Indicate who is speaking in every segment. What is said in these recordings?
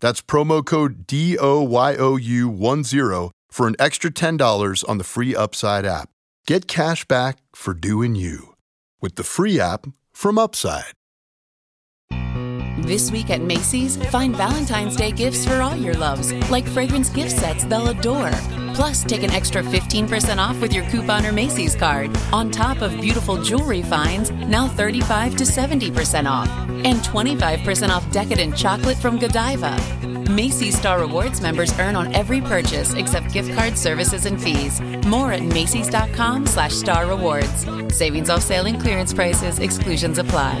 Speaker 1: That's promo code DOYOU10 for an extra $10 on the free Upside app. Get cash back for doing you with the free app from Upside.
Speaker 2: This week at Macy's, find Valentine's Day gifts for all your loves, like fragrance gift sets they'll adore. Plus, take an extra 15% off with your coupon or Macy's card, on top of beautiful jewelry finds, now 35 to 70% off, and 25% off decadent chocolate from Godiva. Macy's Star Rewards members earn on every purchase except gift card services and fees. More at Macy's.com slash Star Rewards. Savings off sale and clearance prices, exclusions apply.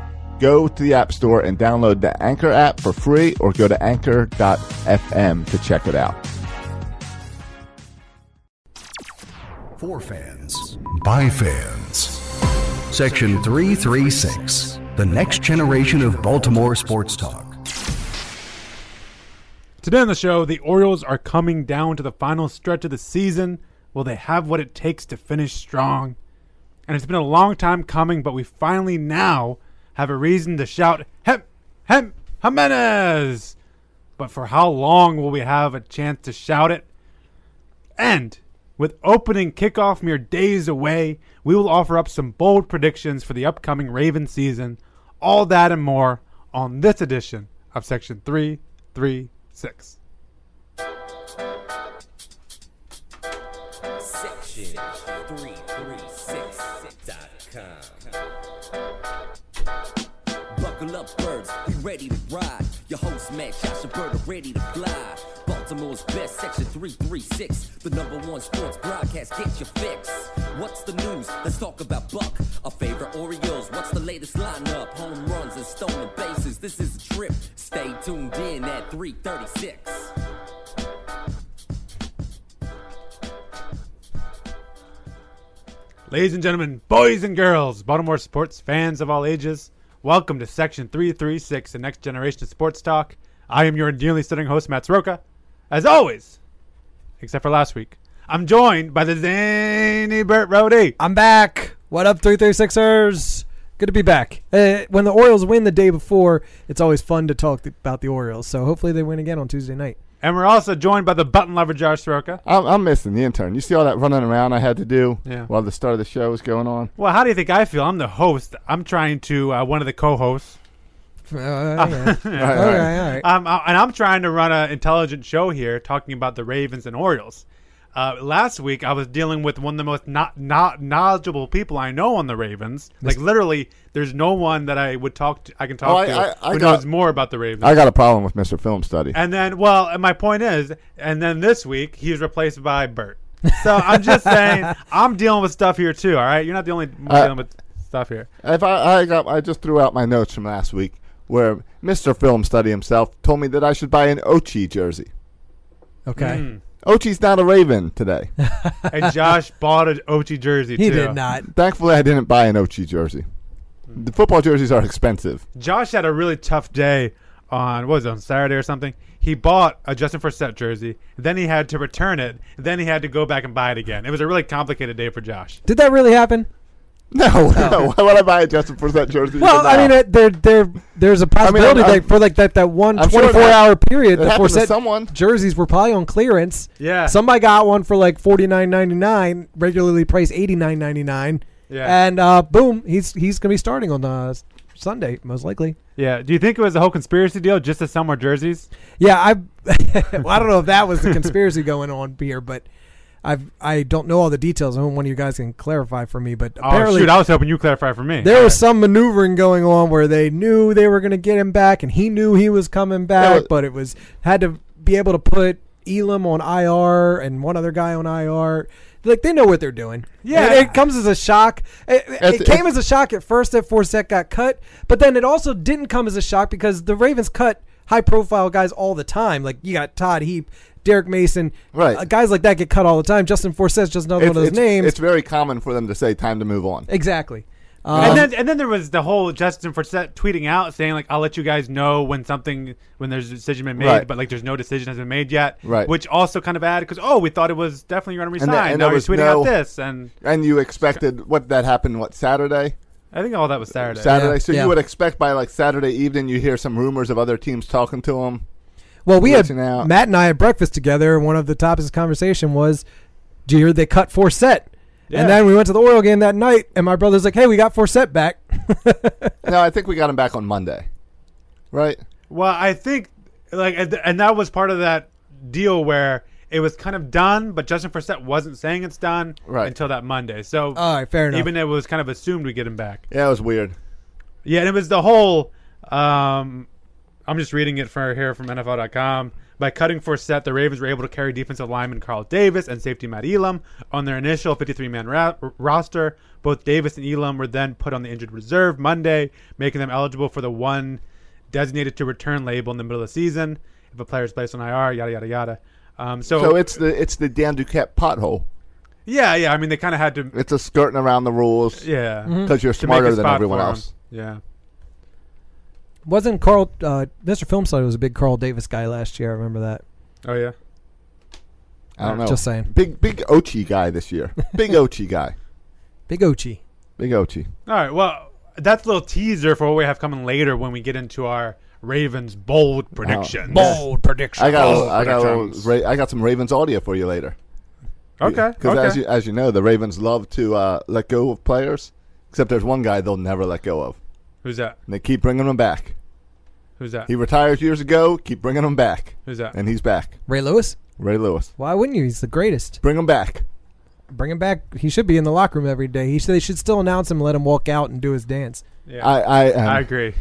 Speaker 3: Go to the App Store and download the Anchor app for free or go to anchor.fm to check it out.
Speaker 4: For fans, by fans. Section 336, the next generation of Baltimore sports talk.
Speaker 5: Today on the show, the Orioles are coming down to the final stretch of the season. Will they have what it takes to finish strong? And it's been a long time coming, but we finally now have a reason to shout, Hemp, Hemp, Jimenez! But for how long will we have a chance to shout it? And with opening kickoff mere days away, we will offer up some bold predictions for the upcoming Raven season. All that and more on this edition of Section 336.
Speaker 6: Section 336.com. Buckle up, birds, be ready to ride. Your host, Matt Josh, and bird are ready to fly. Baltimore's best, Section 336. The number one sports broadcast, get your fix. What's the news? Let's talk about Buck. Our favorite Orioles, what's the latest lineup? Home runs and stolen bases, this is a trip. Stay tuned in at 336.
Speaker 5: Ladies and gentlemen, boys and girls, Baltimore sports fans of all ages, welcome to Section 336, the next generation of sports talk. I am your endearingly sitting host, Matt Soroka. As always, except for last week, I'm joined by the zany Burt Rhodey.
Speaker 7: I'm back. What up, 336ers? Good to be back. Uh, when the Orioles win the day before, it's always fun to talk th- about the Orioles. So hopefully they win again on Tuesday night.
Speaker 5: And we're also joined by the button lover, Josh Soroka.
Speaker 3: I'm, I'm missing the intern. You see all that running around I had to do
Speaker 5: Yeah.
Speaker 3: while the start of the show was going on?
Speaker 5: Well, how do you think I feel? I'm the host. I'm trying to, uh, one of the co hosts.
Speaker 7: Uh, Oh, yeah. all right, all right.
Speaker 5: Um, I- and I'm trying to run an intelligent show here, talking about the Ravens and Orioles. Uh, last week, I was dealing with one of the most not not knowledgeable people I know on the Ravens. Like literally, there's no one that I would talk to. I can talk
Speaker 3: Oh, I-
Speaker 5: to
Speaker 3: I- I
Speaker 5: who
Speaker 3: got-
Speaker 5: knows more about the Ravens.
Speaker 3: I got a problem with Mr. Film Study.
Speaker 5: and then, well, and my point is, and then this week he was replaced by Bert. So I'm just saying, I'm dealing with stuff here too. All right, you're not the only one
Speaker 3: Uh,
Speaker 5: dealing with stuff here.
Speaker 3: If I, I got, I just threw out my notes from last week where Mr. Film Study himself told me that I should buy an Ochi jersey.
Speaker 7: Okay.
Speaker 3: Ochi's not a Raven today.
Speaker 5: And Josh bought an Ochi jersey.
Speaker 7: He
Speaker 5: too.
Speaker 7: did not.
Speaker 3: Thankfully, I didn't buy an Ochi jersey. The football jerseys are expensive.
Speaker 5: Josh had a really tough day on what was it, on Saturday or something. He bought a Justin Forsett jersey, then he had to return it, then he had to go back and buy it again. It was a really complicated day for Josh.
Speaker 7: Did that really happen?
Speaker 3: No, no. Why would I buy a Justin Forsett jersey?
Speaker 7: Oh. Well,
Speaker 3: even
Speaker 7: I
Speaker 3: now?
Speaker 7: mean, it, there, there, there's a possibility
Speaker 3: I'm-
Speaker 7: that for like that, that one
Speaker 3: I'm sure
Speaker 7: 24 hour period,
Speaker 3: it
Speaker 7: the
Speaker 3: happened to
Speaker 7: Forsett
Speaker 3: someone.
Speaker 7: jerseys were probably on clearance.
Speaker 5: Yeah.
Speaker 7: somebody got one for like 49.99, regularly priced 89.99.
Speaker 5: Yeah.
Speaker 7: and uh, boom, he's he's gonna be starting on uh, Sunday most likely.
Speaker 5: Yeah. Do you think it was a whole conspiracy deal just to sell more jerseys?
Speaker 7: Yeah, I well, I don't know if that was the conspiracy going on here, but I've I don't know all the details. I hope one of you guys can clarify for me. But
Speaker 5: oh,
Speaker 7: apparently,
Speaker 5: shoot. I was hoping you clarify for me.
Speaker 7: there was some maneuvering going on where they knew they were going to get him back, and he knew he was coming back,
Speaker 3: was-
Speaker 7: but it was had to be able to put Elam on IR and one other guy on IR. Like they know what they're doing.
Speaker 5: Yeah.
Speaker 7: it, it comes as a shock. It, it-
Speaker 3: It's-
Speaker 7: it came
Speaker 3: it's-
Speaker 7: as a shock at first that Forsett got cut, but then it also didn't come as a shock because the Ravens cut high-profile guys all the time. Like you got Todd Heap, Derek Mason,
Speaker 3: Right.
Speaker 7: uh, guys like that get cut all the time. Justin Forsett's just another one of those names.
Speaker 3: it's very common for them to say time to move on.
Speaker 7: exactly.
Speaker 5: and
Speaker 7: Um,
Speaker 5: then and then there was the whole Justin Forsett tweeting out saying like I'll let you guys know when something when there's a decision been made,
Speaker 3: Right.
Speaker 5: but like there's no decision has been made yet.
Speaker 3: Right.
Speaker 5: Which also kind of added because oh we thought it was definitely going to
Speaker 3: there-
Speaker 5: resign.
Speaker 3: and
Speaker 5: now
Speaker 3: there
Speaker 5: he's
Speaker 3: was
Speaker 5: tweeting
Speaker 3: no-
Speaker 5: out this and
Speaker 3: And you expected what that happened what Saturday?
Speaker 5: I think all that was Saturday.
Speaker 3: Saturday.
Speaker 7: Yeah,
Speaker 3: So
Speaker 7: yeah.
Speaker 3: you would expect by like Saturday evening you hear some rumors of other teams talking to him.
Speaker 7: Well, we had
Speaker 3: reaching out.
Speaker 7: Matt and I had breakfast together, and one of the topics of conversation was, "Do you hear they cut Forsett?"
Speaker 5: Yeah.
Speaker 7: And then we went to the Oriole game that night, and my brother's like, "Hey, we got Forsett back."
Speaker 3: No, I think we got him back on Monday. Right?
Speaker 5: Well, I think like and, and that was part of that deal where it was kind of done, but Justin Forsett wasn't saying it's done
Speaker 3: Right.
Speaker 5: until that Monday. So
Speaker 7: All right, fair enough.
Speaker 5: even it was kind of assumed we get him back.
Speaker 3: Yeah, it was weird.
Speaker 5: Yeah, and it was the whole. Um, I'm just reading it from here from NFL.com. By cutting Forsett, the Ravens were able to carry defensive lineman Carl Davis and safety Matt Elam on their initial 53-man ra- roster. Both Davis and Elam were then put on the injured reserve Monday, making them eligible for the one designated to return label in the middle of the season. If a player is placed on IR, yada yada yada. Um, so,
Speaker 3: So it's the it's the Dan Duquette pothole.
Speaker 5: yeah, yeah. I mean, they kind of had to,
Speaker 3: It's a skirting around the rules because
Speaker 5: yeah, Mm-hmm.
Speaker 3: you're
Speaker 5: to make
Speaker 3: Mm-hmm. smarter
Speaker 5: a
Speaker 3: than
Speaker 5: spot
Speaker 3: everyone
Speaker 5: for him.
Speaker 3: else.
Speaker 5: Yeah.
Speaker 7: Wasn't Carl uh, Mr. Filmside was a big Carl Davis guy last year? I remember that.
Speaker 5: Oh yeah.
Speaker 3: I don't know.
Speaker 7: Just saying,
Speaker 3: Big big Ochi guy this year. Big Ochi guy.
Speaker 7: big Ochi.
Speaker 3: Big Ochi.
Speaker 5: All right. Well, that's a little teaser for what we have coming later when we get into our Ravens bold predictions.
Speaker 7: Bold prediction.
Speaker 3: I got a little- I got a little, Ra- I got some Ravens audio for you later.
Speaker 5: Okay.
Speaker 3: Because
Speaker 5: Okay.
Speaker 3: as you as you know, the Ravens love to uh, let go of players. Except there's one guy they'll never let go of,
Speaker 5: Who's that?
Speaker 3: and they keep bringing him back.
Speaker 5: Who's that?
Speaker 3: He retired years ago. Keep bringing him back,
Speaker 5: Who's that?
Speaker 3: and he's back.
Speaker 7: Ray Lewis.
Speaker 3: Ray Lewis,
Speaker 7: Why wouldn't you? He's the greatest.
Speaker 3: bring him back.
Speaker 7: Bring him back. He should be in the locker room every day. He should, they should still announce him, and let him walk out and do his dance.
Speaker 5: yeah.
Speaker 3: I I, um,
Speaker 5: I agree.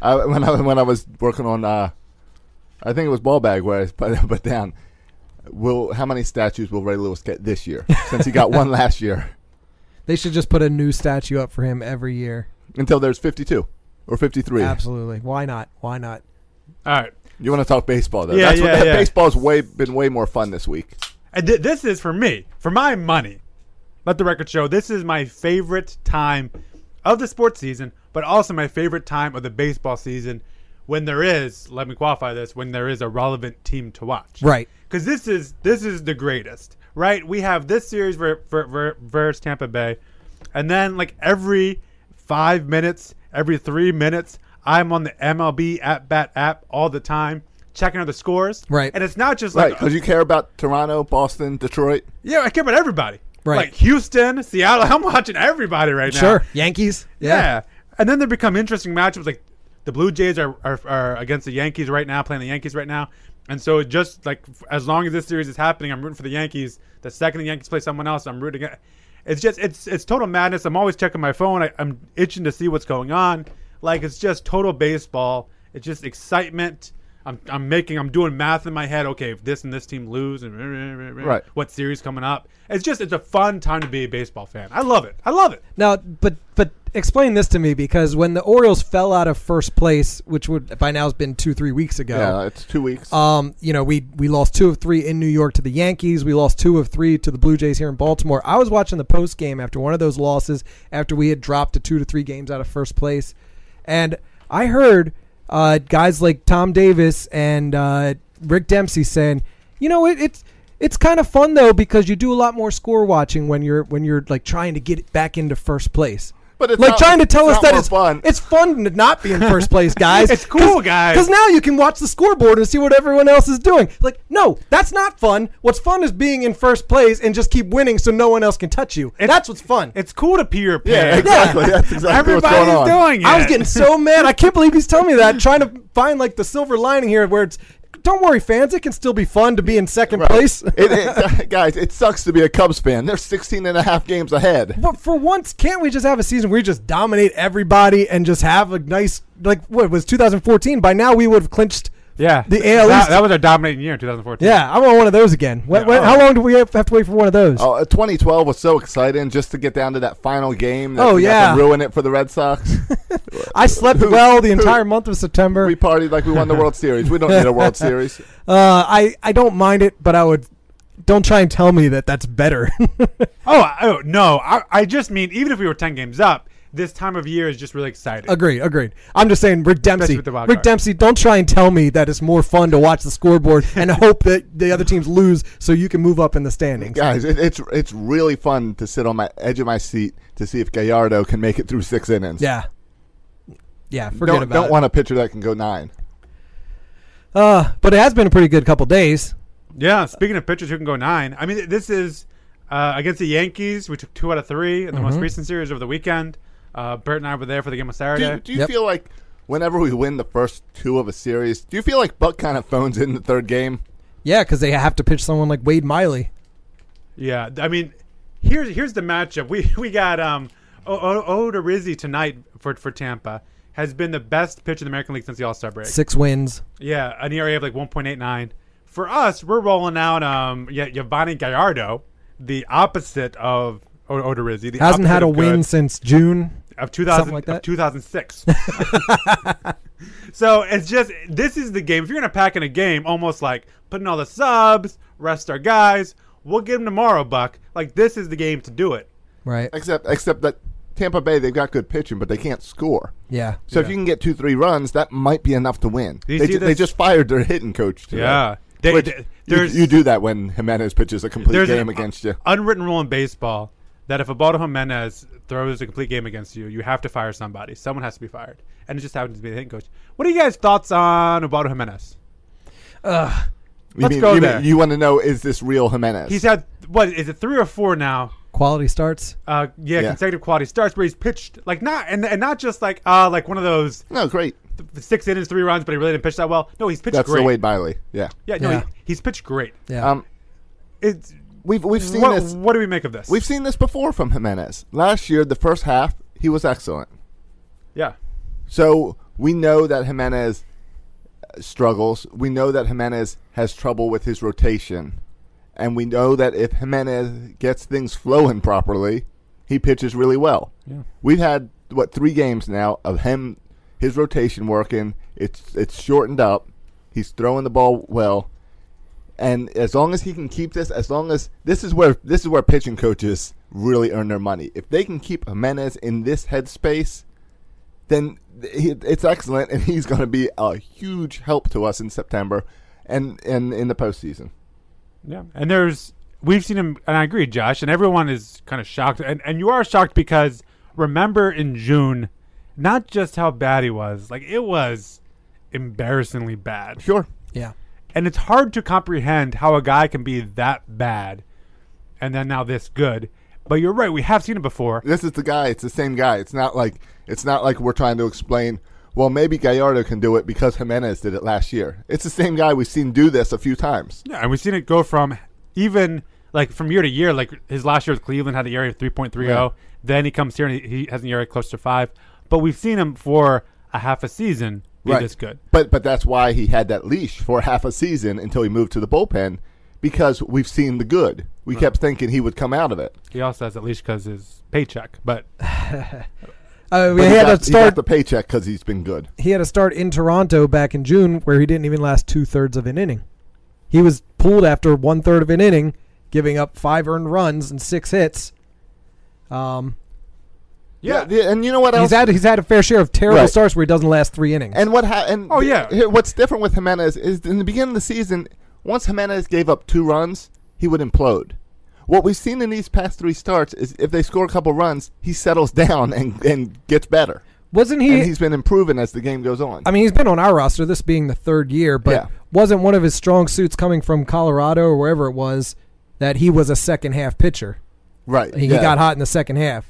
Speaker 3: I when I when I was working on, uh, I think it was ball bag where I put, put down. Will how many statues will Ray Lewis get this year? Since he got one last year,
Speaker 7: They should just put a new statue up for him every year.
Speaker 3: until there's 52 or 53.
Speaker 7: Absolutely. Why not? Why not?
Speaker 5: All right.
Speaker 3: You want to talk baseball though?
Speaker 5: Yeah,
Speaker 3: That's
Speaker 5: yeah,
Speaker 3: what,
Speaker 5: yeah.
Speaker 3: Baseball's way been way more fun this week.
Speaker 5: And th- this is for me, for my money. Let the record show this is my favorite time of the sports season, but also my favorite time of the baseball season when there is, let me qualify this, when there is a relevant team to watch.
Speaker 7: Right.
Speaker 5: Cuz this is this is the greatest. Right? We have this series ver- ver- ver- versus Tampa Bay. And then like every 5 minutes, every 3 minutes, I'm on the MLB at bat app all the time checking out the scores.
Speaker 7: Right.
Speaker 5: And it's not just
Speaker 3: Right,
Speaker 5: like
Speaker 3: because you care about Toronto, Boston, Detroit.
Speaker 5: yeah, I care about everybody.
Speaker 7: Right.
Speaker 5: Like Houston, Seattle. I'm watching everybody right now.
Speaker 7: Sure. Yankees.
Speaker 5: Yeah. And then they become interesting matchups. Like the Blue Jays are, are, are against the Yankees right now, playing the Yankees right now. And so just like f- as long as this series is happening, I'm rooting for the Yankees. The second the Yankees play someone else, I'm rooting. a- It's just it's it's total madness. I'm always checking my phone. I, I'm itching to see what's going on. Like it's just total baseball. It's just excitement. I'm, I'm making I'm doing math in my head. Okay, if this and this team lose, and
Speaker 3: Right.
Speaker 5: what series coming up? It's just it's a fun time to be a baseball fan. I love it. I love it.
Speaker 7: Now, but but explain this to me because when the Orioles fell out of first place, which would by now has been two three weeks ago.
Speaker 3: Yeah, it's two weeks.
Speaker 7: Um, you know, we we lost two of three in New York to the Yankees. We lost two of three to the Blue Jays here in Baltimore. I was watching the post game after one of those losses, after we had dropped to two to three games out of first place, and I heard uh, guys like Tom Davis and uh, Rick Dempsey saying, you know, it, it's It's kind of fun though because you do a lot more score watching when you're when you're like trying to get it back into first place.
Speaker 3: But it's
Speaker 7: like
Speaker 3: not-
Speaker 7: trying to tell
Speaker 3: it's not
Speaker 7: us that
Speaker 3: more
Speaker 7: it's
Speaker 3: fun.
Speaker 7: It's fun to not be in first place, guys.
Speaker 5: It's cool, guys.
Speaker 7: Because now you can watch the scoreboard and see what everyone else is doing. Like, no, that's not fun. What's fun is being in first place and just keep winning so no one else can touch you. that's what's fun.
Speaker 5: It's cool to pee your
Speaker 3: Yeah,
Speaker 5: pants.
Speaker 3: exactly. That's exactly what's
Speaker 5: Everybody's
Speaker 3: going on.
Speaker 5: doing it.
Speaker 7: I was getting so mad. I can't believe he's telling me that. Trying to find like the silver lining here, where it's don't worry, fans. It can still be fun to be in second
Speaker 3: Right.
Speaker 7: place.
Speaker 3: It- it- guys, it sucks to be a Cubs fan. They're 16 and a half games ahead.
Speaker 7: But for once, can't we just have a season where we just dominate everybody and just have a nice like what was 2014? By now we would have clinched.
Speaker 5: yeah.
Speaker 7: The
Speaker 3: E
Speaker 7: AL
Speaker 5: That,
Speaker 7: East-
Speaker 5: that was our dominating year in 2014.
Speaker 7: Yeah, I want one of those again. When,
Speaker 5: Yeah,
Speaker 7: when-
Speaker 5: oh.
Speaker 7: How long do we have have to wait for one of those?
Speaker 3: Oh, uh, 2012 was so exciting just to get down to that final game. That
Speaker 7: Oh,
Speaker 3: we got
Speaker 7: yeah.
Speaker 3: to ruin it for the Red Sox.
Speaker 7: I slept
Speaker 3: who-
Speaker 7: well the
Speaker 3: who-
Speaker 7: entire month of September.
Speaker 3: we partied like we won the World Series. We don't need a World Series.
Speaker 7: Uh, I I don't mind it, but I would don't try and tell me that that's better.
Speaker 5: Oh, I- oh no. I, I just mean, even if we were 10 games up, this time of year is just really exciting.
Speaker 7: Agreed, agreed. I'm just saying, Rick Dempsey.
Speaker 5: Especially with the wild
Speaker 7: Rick
Speaker 5: card.
Speaker 7: Dempsey, don't try and tell me that it's more fun to watch the scoreboard and hope that the other teams lose so you can move up in the standings.
Speaker 3: Guys, it, it's it's really fun to sit on my edge of my seat to see if Gallardo can make it through six innings.
Speaker 7: Yeah, yeah. Forget
Speaker 3: Don't,
Speaker 7: about
Speaker 3: don't
Speaker 7: it.
Speaker 3: want a pitcher that can go nine.
Speaker 7: uh, but it has been a pretty good couple days.
Speaker 5: Yeah, speaking of pitchers who can go nine, I mean, this is uh, against the Yankees. We took two out of three in the most recent series over the weekend. Uh, Bert and I were there for the game on
Speaker 3: Do,
Speaker 5: Saturday.
Speaker 3: you- do you
Speaker 7: Yep.
Speaker 3: feel like whenever we win the first two of a series, do you feel like Buck kind of phones in the third game?
Speaker 7: Yeah, because they have to pitch someone like Wade Miley.
Speaker 5: yeah, I mean, here's here's the matchup. We we got um, o- o- Odorizzi tonight for for Tampa has been the best pitcher in the American League since the All Star break.
Speaker 7: Six wins.
Speaker 5: Yeah, an ERA of like 1.89. For us, we're rolling out um yeah, Giovanni Gallardo, the opposite of o- Odorizzi. The
Speaker 7: Hasn't
Speaker 5: opposite
Speaker 7: had a
Speaker 5: of
Speaker 7: win
Speaker 5: good.
Speaker 7: since June.
Speaker 5: of 2000
Speaker 7: Something like
Speaker 5: of
Speaker 7: that.
Speaker 5: 2006 so it's just this is the game if you're gonna pack in a game almost like putting all the subs rest our guys we'll get them tomorrow buck like this is the game to do it
Speaker 7: Right.
Speaker 3: Except except that Tampa Bay they've got good pitching, but they can't score.
Speaker 7: Yeah.
Speaker 3: So if you can get two three runs, that might be enough to win.
Speaker 5: Do you
Speaker 3: They,
Speaker 5: see
Speaker 3: ju- they
Speaker 5: this?
Speaker 3: just fired their hitting coach. Today,
Speaker 5: Yeah. They-
Speaker 3: Which
Speaker 5: they-
Speaker 3: you-
Speaker 5: there's-
Speaker 3: you, do that when Jimenez pitches a complete
Speaker 5: there's
Speaker 3: game
Speaker 5: an
Speaker 3: against you.
Speaker 5: unwritten rule in baseball that if Abaldo Jimenez throws a complete game against you, you have to fire somebody. Someone has to be fired, and it just happens to be the hitting coach. What are you guys' thoughts on Abaldo Jimenez?
Speaker 3: You
Speaker 5: let's go
Speaker 3: you
Speaker 5: there.
Speaker 3: you want to know is this real Jimenez?
Speaker 5: He's had what is it three or four now
Speaker 7: Quality starts.
Speaker 5: uh, yeah,
Speaker 3: Yeah.
Speaker 5: consecutive quality starts where he's pitched like not and, and not just like uh like one of those
Speaker 3: no great.
Speaker 5: six innings, three runs, but he really didn't pitch that well. No, he's pitched
Speaker 3: That's
Speaker 5: great.
Speaker 3: the Wade Miley. Yeah.
Speaker 5: Yeah, no,
Speaker 7: Yeah.
Speaker 5: He, he's pitched great.
Speaker 7: Yeah.
Speaker 3: Um,
Speaker 5: It's
Speaker 3: we've we've seen
Speaker 5: what,
Speaker 3: this.
Speaker 5: what do we make of this?
Speaker 3: We've seen this before from Jimenez. Last year, the first half, he was excellent.
Speaker 5: yeah,
Speaker 3: So we know that Jimenez struggles. We know that Jimenez has trouble with his rotation. And we know that if Jimenez gets things flowing properly, he pitches really well.
Speaker 5: Yeah.
Speaker 3: We've had what three games now of him his rotation working. It's it's shortened up. He's throwing the ball well. And as long as he can keep this, as long as this is where this is where pitching coaches really earn their money. If they can keep Jimenez in this headspace, then he, it's excellent, and he's going to be a huge help to us in September and and in the postseason.
Speaker 5: yeah. And there's we've seen him, and I agree, Josh. And everyone is kind of shocked, and and you are shocked because remember in June, not just how bad he was, like it was embarrassingly bad.
Speaker 3: Sure.
Speaker 7: yeah.
Speaker 5: and it's hard to comprehend how a guy can be that bad and then now this good. But you're right, we have seen it before.
Speaker 3: This is the guy. It's the same guy. It's not like it's not like we're trying to explain. Well, maybe Gallardo can do it because Jimenez did it last year. It's the same guy we've seen do this a few times.
Speaker 5: Yeah, and we've seen it go from even like from year to year, like his last year with Cleveland had the area of 3.30. oh. Then he comes here and he, he has an area close to five. But we've seen him for a half a season be this good.
Speaker 3: But but that's why he had that leash for half a season until he moved to the bullpen because we've seen the good. We kept thinking he would come out of it.
Speaker 5: He also has at least because his paycheck. But
Speaker 7: Uh,
Speaker 3: But
Speaker 7: he, had
Speaker 3: got,
Speaker 7: a
Speaker 3: he got
Speaker 7: start.
Speaker 3: the paycheck because he's been good.
Speaker 7: he had a start in Toronto back in June where he didn't even last two thirds of an inning. He was pulled after one third of an inning, giving up five earned runs and six hits. Um,
Speaker 3: Yeah, yeah, and you know what else?
Speaker 7: he's had he's had a fair share of terrible
Speaker 3: Right.
Speaker 7: starts where he doesn't last three innings.
Speaker 3: And what ha- and
Speaker 5: Oh, yeah.
Speaker 3: th- what's different with Jimenez is in the beginning of the season, once Jimenez gave up two runs, he would implode. What we've seen in these past three starts is if they score a couple runs, he settles down and, and gets better.
Speaker 7: Wasn't
Speaker 3: and
Speaker 7: he?
Speaker 3: he's been improving as the game goes on.
Speaker 7: I mean, he's been on our roster. This being the third year, but
Speaker 3: Yeah.
Speaker 7: wasn't one of his strong suits coming from Colorado or wherever it was that he was a second half pitcher.
Speaker 3: right.
Speaker 7: He, he
Speaker 3: yeah.
Speaker 7: got hot in the second half.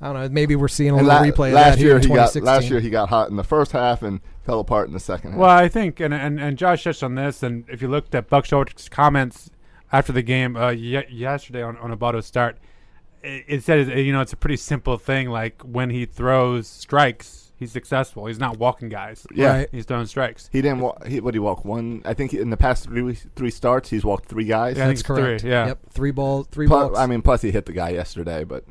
Speaker 7: I don't know. Maybe we're seeing a
Speaker 3: And
Speaker 7: little
Speaker 3: la-
Speaker 7: replay of
Speaker 3: last
Speaker 7: that here
Speaker 3: year
Speaker 7: in
Speaker 3: he got
Speaker 7: 2016.
Speaker 3: last year he got hot in the first half and fell apart in the second half.
Speaker 5: Well, I think, and, and and Josh touched on this, and if you looked at Buck Showalter's comments after the game uh, ye- yesterday on on Abato's start, it, it said uh, you know it's a pretty simple thing. Like when he throws strikes, he's successful. He's not walking guys.
Speaker 3: yeah.
Speaker 7: Right.
Speaker 5: he's throwing strikes.
Speaker 3: He didn't. Wa- he, what did he walk? One. I think in the past three three starts, he's walked three guys.
Speaker 5: Yeah, I think
Speaker 7: That's
Speaker 5: it's three,
Speaker 7: correct.
Speaker 5: yeah.
Speaker 7: Yep. Three balls. Three
Speaker 3: Plus,
Speaker 7: balls.
Speaker 3: I mean, plus he hit the guy yesterday, but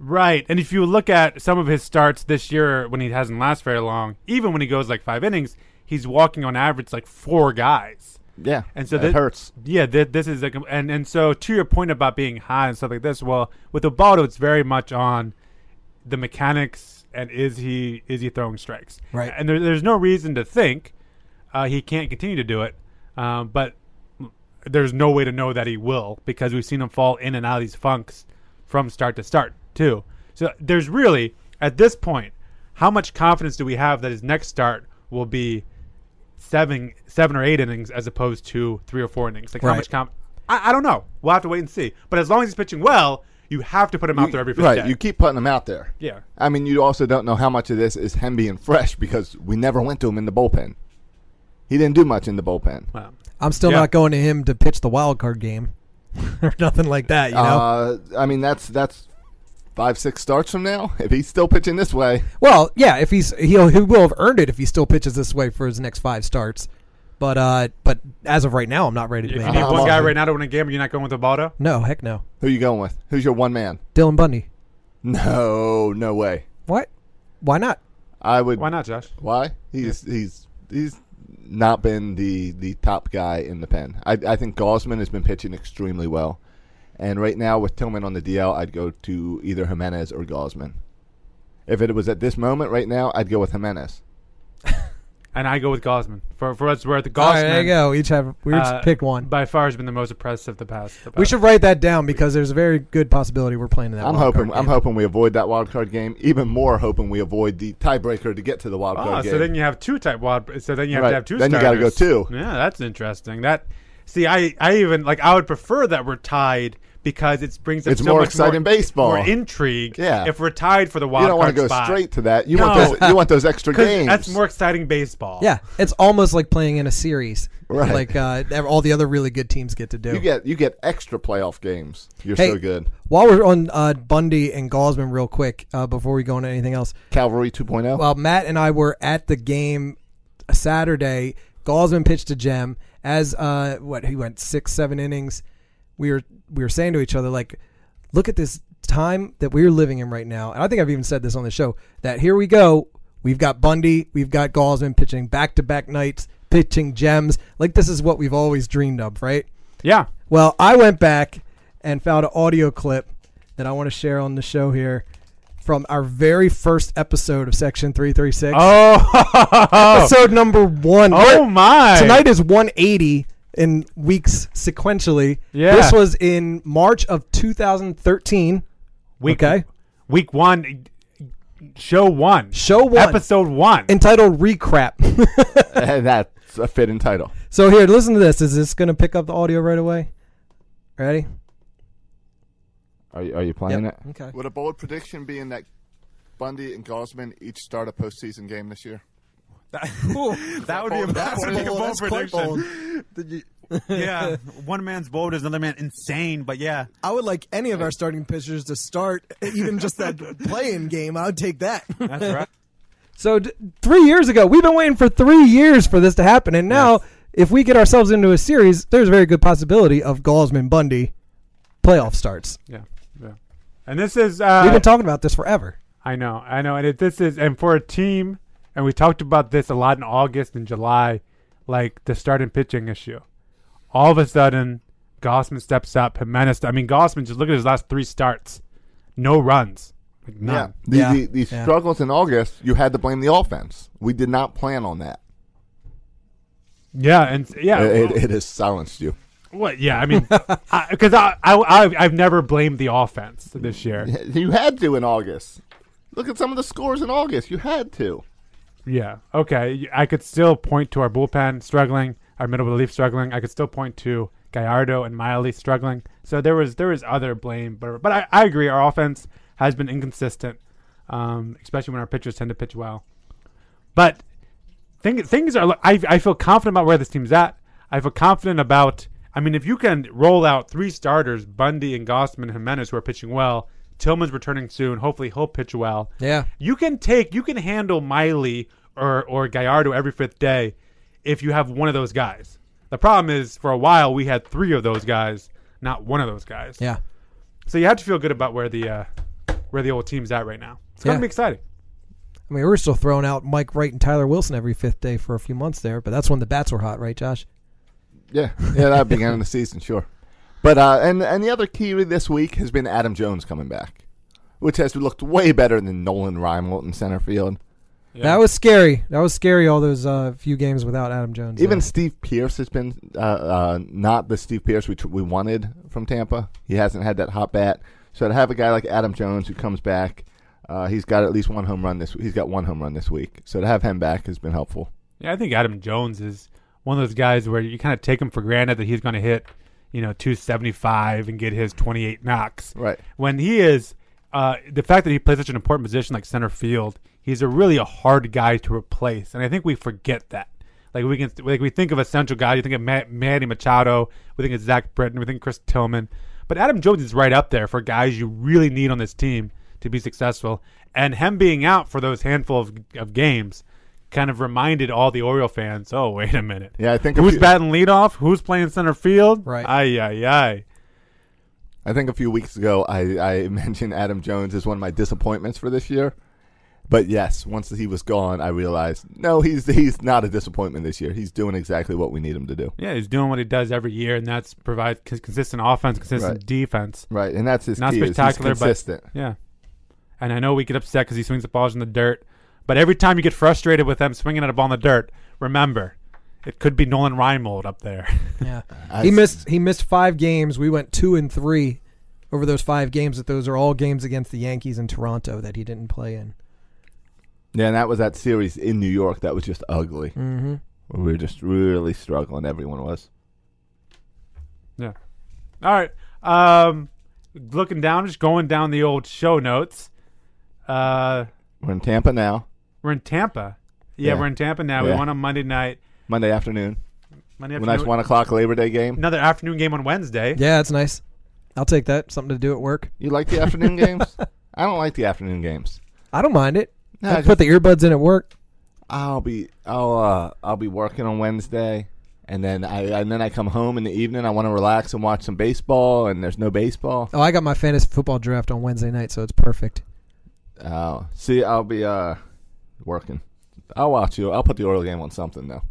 Speaker 5: Right, and if you look at some of his starts this year, when he hasn't last very long, even when he goes like five innings, he's walking on average like four guys.
Speaker 3: yeah,
Speaker 5: And so
Speaker 3: it
Speaker 5: thi-
Speaker 3: hurts.
Speaker 5: Yeah, th- this is a com- and and so to your point about being high and stuff like this. Well, with Obaldo, it's very much on the mechanics and is he is he throwing strikes?
Speaker 7: Right.
Speaker 5: And there, there's no reason to think uh, he can't continue to do it, um, but there's no way to know that he will because we've seen him fall in and out of these funks from start to start too. So there's really at this point, how much confidence do we have that his next start will be seven seven or eight innings as opposed to three or four innings? Like
Speaker 7: Right.
Speaker 5: how much comp? I, I don't know. We'll have to wait and see. But as long as he's pitching well, you have to put him out there every fifth
Speaker 3: right,
Speaker 5: day.
Speaker 3: you keep putting him out there.
Speaker 5: Yeah.
Speaker 3: I mean, you also don't know how much of this is him being fresh because we never went to him in the bullpen. He didn't do much in the bullpen.
Speaker 5: Wow.
Speaker 7: I'm still
Speaker 5: Yeah.
Speaker 7: not going to him to pitch the wild card game or nothing like that. You know.
Speaker 3: Uh, I mean, that's that's five six starts from now. If he's still pitching this way,
Speaker 7: well, yeah. If he's he'll he will have earned it if he still pitches this way for his next five starts. But uh, but as of right now, I'm not ready to.
Speaker 5: If
Speaker 7: make
Speaker 5: you
Speaker 7: that
Speaker 5: need
Speaker 3: I'm
Speaker 5: one
Speaker 3: all
Speaker 5: guy
Speaker 3: in.
Speaker 5: right now to win a game, you're not going with Obaldo.
Speaker 7: No, heck no.
Speaker 3: who you going with? Who's your one man?
Speaker 7: Dylan Bundy.
Speaker 3: No, no way.
Speaker 7: What? Why not?
Speaker 3: I would.
Speaker 5: Why not, Josh?
Speaker 3: Why? He's he's he's not been the the top guy in the pen. I I think Gosman has been pitching extremely well, and right now with Tillman on the DL, I'd go to either Jimenez or Gosman. If it was at this moment right now, I'd go with Jimenez.
Speaker 5: And I go with Gosman. For for us, we're at the Gosman.
Speaker 7: All right, there you go. Each have we each
Speaker 5: uh,
Speaker 7: picked one.
Speaker 5: By far, has been the most impressive the past. The past.
Speaker 7: we should write that down because there's a very good possibility we're playing in that.
Speaker 3: I'm
Speaker 7: wild
Speaker 3: hoping
Speaker 7: card
Speaker 3: I'm
Speaker 7: game.
Speaker 3: hoping we avoid that wild card game. Even more hoping we avoid the tiebreaker to get to the wild
Speaker 5: Ah,
Speaker 3: card game.
Speaker 5: so then you have two type wild. So then you have
Speaker 3: Right.
Speaker 5: to have two.
Speaker 3: Then you gotta
Speaker 5: starters.
Speaker 3: go two.
Speaker 5: Yeah, that's interesting. That see, I I even like I would prefer that we're tied because it brings up
Speaker 3: It's
Speaker 5: so
Speaker 3: more
Speaker 5: much
Speaker 3: exciting baseball.
Speaker 5: more intrigue.
Speaker 3: Yeah.
Speaker 5: if we're tied for the wild
Speaker 3: you don't
Speaker 5: want
Speaker 3: to go straight to that. You want
Speaker 5: No.
Speaker 3: those, you want those extra games.
Speaker 5: That's more exciting baseball.
Speaker 7: Yeah, it's almost like playing in a series,
Speaker 3: Right.
Speaker 7: like uh, ev- all the other really good teams get to do.
Speaker 3: You get you get extra playoff games. You're
Speaker 7: Hey,
Speaker 3: so good.
Speaker 7: While we're on uh, Bundy and Gosman, real quick, uh, before we go into anything else,
Speaker 3: Cavalry 2.0.
Speaker 7: well, Matt and I were at the game Saturday. Gosman pitched a gem as uh, what he went six, seven innings. We were we were saying to each other like, look at this time that we're living in right now. And I think I've even said this on the show that here we go. We've got Bundy, we've got Gosman pitching back to back nights, pitching gems. Like this is what we've always dreamed of, right?
Speaker 5: yeah.
Speaker 7: Well, I went back and found an audio clip that I want to share on the show here from our very first episode of Section 336.
Speaker 5: Oh,
Speaker 7: Episode number one.
Speaker 5: oh my!
Speaker 7: Tonight is 180 in weeks sequentially.
Speaker 5: Yeah.
Speaker 7: This was in March of 2013.
Speaker 5: week,
Speaker 7: okay.
Speaker 5: week one, show one,
Speaker 7: Show one.
Speaker 5: episode one.
Speaker 7: Entitled Recrap.
Speaker 3: And that's a fitting title.
Speaker 7: so here, listen to this. Is this going to pick up the audio right away? Ready?
Speaker 3: Are you, are you playing
Speaker 7: Yep.
Speaker 3: it?
Speaker 7: Okay.
Speaker 3: Would a bold prediction being that Bundy and Gosman each start a postseason game this year?
Speaker 8: That would be that's a bold
Speaker 7: That's quite
Speaker 8: prediction.
Speaker 7: bold.
Speaker 8: Yeah, one man's bold is another man insane. But yeah,
Speaker 7: I would like any of our starting pitchers to start, even just that playing game. I would take that.
Speaker 8: that's right.
Speaker 7: So d- three years ago, we've been waiting for three years for this to happen, and now if we get ourselves into a series, there's a very good possibility of Galsman Bundy playoff starts.
Speaker 5: yeah, yeah. And this is uh,
Speaker 7: We've been talking about this forever.
Speaker 5: I know, I know, and if this is and for a team, and we talked about this a lot in August and July, like the starting pitching issue. All of a sudden, Gossman steps up. Jimenez, I mean, Gossman. Just look at his last three starts, no runs, like none.
Speaker 3: The,
Speaker 7: Yeah.
Speaker 3: the, the
Speaker 7: Yeah.
Speaker 3: struggles in August, you had to blame the offense. We did not plan on that.
Speaker 5: Yeah, and yeah,
Speaker 3: It, it, it has silenced you.
Speaker 5: What? Yeah, I mean, because I, I, I, I've never blamed the offense this year.
Speaker 3: You had to in August. Look at some of the scores in August. You had to.
Speaker 5: Yeah. Okay. I could still point to our bullpen struggling, our middle relief struggling. I could still point to Gallardo and Miley struggling. So there was there was other blame, but but I, I agree. Our offense has been inconsistent, um, especially when our pitchers tend to pitch well. But thing, things are. I I feel confident about where this team's at. I feel confident about. I mean, if you can roll out three starters, Bundy and Gossman and Jimenez, who are pitching well, Tillman's returning soon. Hopefully, he'll pitch well.
Speaker 7: Yeah.
Speaker 5: You can take, you can handle Miley or or Gallardo every fifth day if you have one of those guys. The problem is, for a while, we had three of those guys, not one of those guys.
Speaker 7: Yeah.
Speaker 5: So you have to feel good about where the uh, where the old team's at right now. It's gonna
Speaker 7: Yeah.
Speaker 5: be exciting.
Speaker 7: I mean, we were still throwing out Mike Wright and Tyler Wilson every fifth day for a few months there, but that's when the bats were hot, right, Josh?
Speaker 3: Yeah, yeah, that began in the season, sure. But uh, and and the other key this week has been Adam Jones coming back, which has looked way better than Nolan Reimel in center field.
Speaker 7: That was scary. That was scary. All those uh, few games without Adam Jones.
Speaker 3: Even
Speaker 7: Yeah.
Speaker 3: Steve Pierce has been uh, uh, not the Steve Pierce we tr- we wanted from Tampa. He hasn't had that hot bat. So to have a guy like Adam Jones who comes back, uh, he's got at least one home run this. He's got one home run this week. So to have him back has been helpful.
Speaker 5: Yeah, I think Adam Jones is one of those guys where you kind of take him for granted that he's going to hit, you know, 275 and get his 28 knocks.
Speaker 3: Right.
Speaker 5: When he is, uh, the fact that he plays such an important position like center field, he's a really a hard guy to replace, and I think we forget that. Like we can, like we think of a central guy, you think of Matt, Manny Machado, we think of Zach Britton, we think of Chris Tillman, but Adam Jones is right up there for guys you really need on this team to be successful. And him being out for those handful of, of games kind of reminded all the Oriole fans, oh, wait a minute.
Speaker 3: Yeah, I think a
Speaker 5: Who's
Speaker 3: few-
Speaker 5: batting leadoff? Who's playing center field?
Speaker 7: Right.
Speaker 5: Aye, aye, aye.
Speaker 3: I think a few weeks ago I, I mentioned Adam Jones as one of my disappointments for this year. But yes, once he was gone, I realized no, he's he's not a disappointment this year. He's doing exactly what we need him to do.
Speaker 5: Yeah, he's doing what he does every year, and that's provide cons- consistent offense, consistent
Speaker 3: Right.
Speaker 5: defense.
Speaker 3: Right, and that's his
Speaker 5: Not
Speaker 3: key. is
Speaker 5: spectacular,
Speaker 3: he's consistent.
Speaker 5: but yeah. And I know we get upset because he swings the balls in the dirt, but every time you get frustrated with him swinging at a ball in the dirt, remember, it could be Nolan Reinmold up there.
Speaker 7: Yeah. he
Speaker 3: I-
Speaker 7: missed he missed five games. We went two and three over those five games. That those are all games against the Yankees and Toronto that he didn't play in.
Speaker 3: yeah, and that was that series in New York that was just ugly. Mm-hmm. We were just really struggling. Everyone was.
Speaker 5: Yeah. All right. Um, looking down, just going down the old show notes. Uh,
Speaker 3: We're in Tampa now,
Speaker 5: we're in Tampa. Yeah,
Speaker 3: Yeah.
Speaker 5: we're in Tampa now. We
Speaker 3: Yeah.
Speaker 5: won on Monday night.
Speaker 3: Monday afternoon.
Speaker 5: Monday
Speaker 3: A
Speaker 5: afternoon.
Speaker 3: nice one o'clock Labor Day game.
Speaker 5: Another afternoon game on Wednesday.
Speaker 7: Yeah, that's nice. I'll take that. Something to do at work.
Speaker 3: You like the afternoon games? I don't like the afternoon games.
Speaker 7: I don't mind it.
Speaker 3: No,
Speaker 7: I
Speaker 3: I
Speaker 7: put the earbuds in at work.
Speaker 3: I'll be I'll uh, I'll be working on Wednesday, and then I and then I come home in the evening. I want to relax and watch some baseball, and there's no baseball.
Speaker 7: Oh, I got my fantasy football draft on Wednesday night, so it's perfect.
Speaker 3: Uh, see, I'll be uh, working. I'll watch you. I'll put the Oriole game on something though.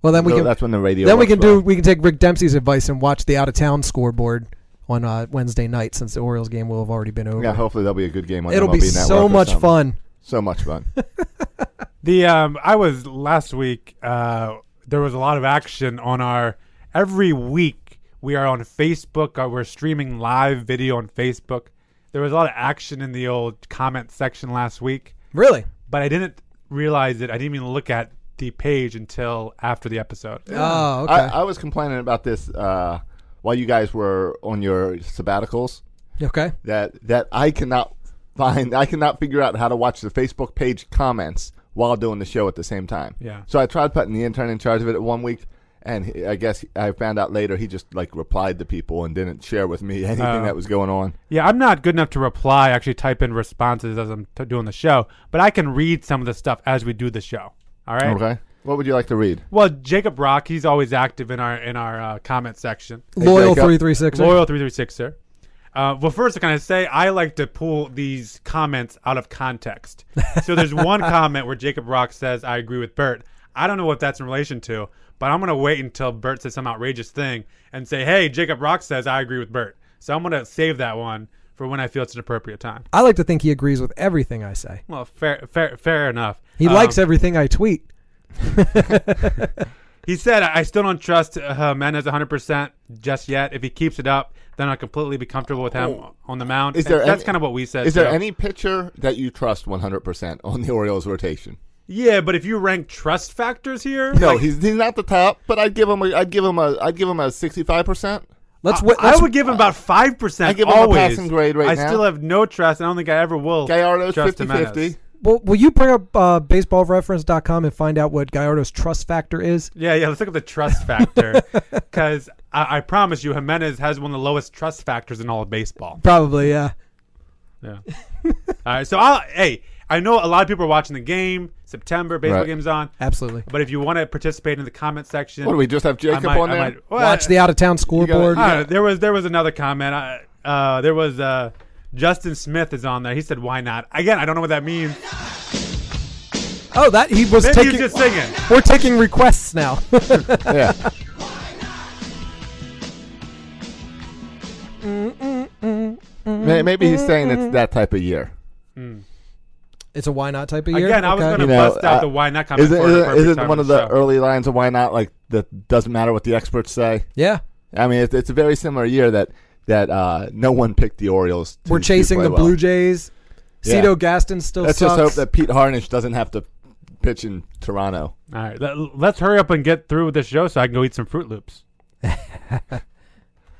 Speaker 7: Well, then we
Speaker 3: So
Speaker 7: can
Speaker 3: that's when the radio.
Speaker 7: then we
Speaker 3: works
Speaker 7: can
Speaker 3: well.
Speaker 7: do we can take Rick Dempsey's advice and watch the out of town scoreboard on uh, Wednesday night since the Orioles game will have already been over.
Speaker 3: Yeah, hopefully there'll be a good game on.
Speaker 7: It'll be
Speaker 3: MLB Network
Speaker 7: so
Speaker 3: or
Speaker 7: much
Speaker 3: something.
Speaker 7: fun.
Speaker 3: So much fun.
Speaker 5: The um, I was last week. Uh, there was a lot of action on our every week. We are on Facebook. Uh, we're streaming live video on Facebook. There was a lot of action in the old comment section last week.
Speaker 7: Really?
Speaker 5: but I didn't realize it. I didn't even look at the page until after the episode.
Speaker 7: Oh, okay.
Speaker 3: I, I was complaining about this uh, while you guys were on your sabbaticals.
Speaker 7: okay.
Speaker 3: that that I cannot find. I cannot figure out how to watch the Facebook page comments while doing the show at the same time.
Speaker 5: Yeah.
Speaker 3: So I tried putting the intern in charge of it one week, and he, I guess I found out later he just like replied to people and didn't share with me anything
Speaker 5: Oh.
Speaker 3: that was going on.
Speaker 5: Yeah, I'm not good enough to reply. I Actually, type in responses as I'm t- doing the show, but I can read some of the stuff as we do the show. All right.
Speaker 3: Okay. What would you like to read?
Speaker 5: Well, Jacob Rock, he's always active in our in our uh, comment section.
Speaker 7: Loyal
Speaker 3: Jacob.
Speaker 7: three three six.
Speaker 5: Loyal three three six, sir. Uh, well, first, can I say I like to pull these comments out of context. So there's one comment where Jacob Rock says, "I agree with Bert." I don't know what that's in relation to, but I'm gonna wait until Bert says some outrageous thing and say, "Hey, Jacob Rock says I agree with Bert." So I'm gonna save that one for when I feel it's an appropriate time.
Speaker 7: I like to think he agrees with everything I say.
Speaker 5: Um, Well, fair, fair, fair enough.
Speaker 7: He
Speaker 5: Um,
Speaker 7: likes everything I tweet.
Speaker 5: He said, I I still don't trust uh, Menez 100% just yet. If he keeps it up, then I'll completely be comfortable with him on the mound.
Speaker 3: Is there
Speaker 5: And that's
Speaker 3: any-
Speaker 5: kind of what we said.
Speaker 3: Is there
Speaker 5: too.
Speaker 3: any pitcher that you trust 100% on the Orioles rotation?
Speaker 5: Yeah, but if you rank trust factors here,
Speaker 3: No,
Speaker 5: like,
Speaker 3: he's, he's not the top, but I'd give him a I'd give him a I'd give him a 65%.
Speaker 7: Let's.
Speaker 5: I-
Speaker 7: wait,
Speaker 5: I,
Speaker 7: let's
Speaker 5: would give him about five percent.
Speaker 3: I give him a
Speaker 5: always.
Speaker 3: passing grade right
Speaker 5: I
Speaker 3: now.
Speaker 5: still have no trust. and I don't think I ever will.
Speaker 3: Gallardo's
Speaker 5: trust Jimenez.
Speaker 3: 50-50.
Speaker 7: Well, will you bring up uh, baseballreference.com and find out what Gallardo's trust factor is?
Speaker 5: Yeah, yeah. Let's look at the trust factor because I, I promise you, Jimenez has one of the lowest trust factors in all of baseball.
Speaker 7: Probably, yeah.
Speaker 5: Yeah. all right. So I'll. Hey, I know a lot of people are watching the game. September baseball
Speaker 3: Right.
Speaker 5: games on.
Speaker 7: Absolutely.
Speaker 5: but if you want to participate in the comment section,
Speaker 3: What do we just have
Speaker 5: I
Speaker 3: Jacob
Speaker 5: might-
Speaker 3: on
Speaker 5: I
Speaker 3: there?
Speaker 5: might- well,
Speaker 7: Watch the out of town scoreboard.
Speaker 5: I don't know, there was there was another comment. I, uh, there was uh, Justin Smith is on there. He said, "Why not?" Again, I don't know what that means.
Speaker 7: oh, that he was
Speaker 5: Maybe
Speaker 7: taking.
Speaker 5: he's just singing.
Speaker 7: We're taking requests now.
Speaker 3: Yeah. May- Maybe he's saying it's that type of year.
Speaker 7: it's a why not type of year.
Speaker 5: Again, I was
Speaker 7: Okay.
Speaker 5: going to
Speaker 3: You know,
Speaker 5: bust out
Speaker 3: uh,
Speaker 5: the why not comment.
Speaker 3: Isn't,
Speaker 5: for the
Speaker 3: isn't,
Speaker 5: perfect
Speaker 3: isn't
Speaker 5: time
Speaker 3: one of the
Speaker 5: show.
Speaker 3: early lines of why not like that doesn't matter what the experts say?
Speaker 7: Yeah,
Speaker 3: I mean, it's, it's a very similar year that that uh, no one picked the Orioles. To,
Speaker 7: we're
Speaker 3: to
Speaker 7: chasing
Speaker 3: play
Speaker 7: the
Speaker 3: well.
Speaker 7: Blue Jays.
Speaker 3: Yeah.
Speaker 7: Cito Gaston still
Speaker 3: Let's
Speaker 7: sucks.
Speaker 3: just hope that Pete Harnish doesn't have to pitch in Toronto.
Speaker 5: All right, let, let's hurry up and get through with this show so I can go eat some Fruit Loops. All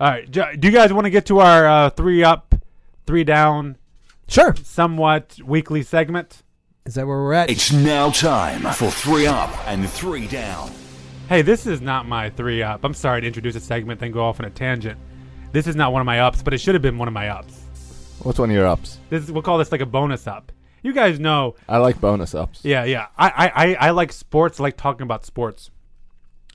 Speaker 5: right, Jo- do you guys want to get to our uh, three up, three down,
Speaker 7: sure.
Speaker 5: somewhat weekly segment?
Speaker 7: Is that where we're at?
Speaker 9: It's now time for three up and three down.
Speaker 5: Hey, this is not my three up. I'm sorry to introduce a segment, then go off on a tangent. This is not one of my ups, but it should have been one of my ups.
Speaker 3: What's one of your ups?
Speaker 5: This is, we'll call this like a bonus up. You guys know,
Speaker 3: I like bonus ups.
Speaker 5: yeah, yeah. I, I, I, I like sports. I like talking about sports.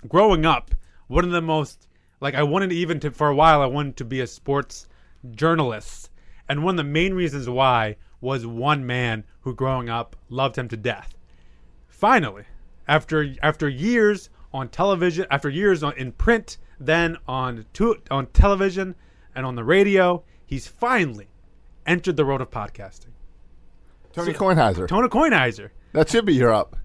Speaker 5: Growing up, one of the most like I wanted even to for a while. I wanted to be a sports journalist, and one of the main reasons why was one man who, growing up, loved him to death. Finally, after after years on television, after years on, in print, then on to, on television and on the radio, he's finally entered the world of podcasting.
Speaker 3: Tony Kornheiser.
Speaker 5: Tony Coinizer.
Speaker 3: that should be your up.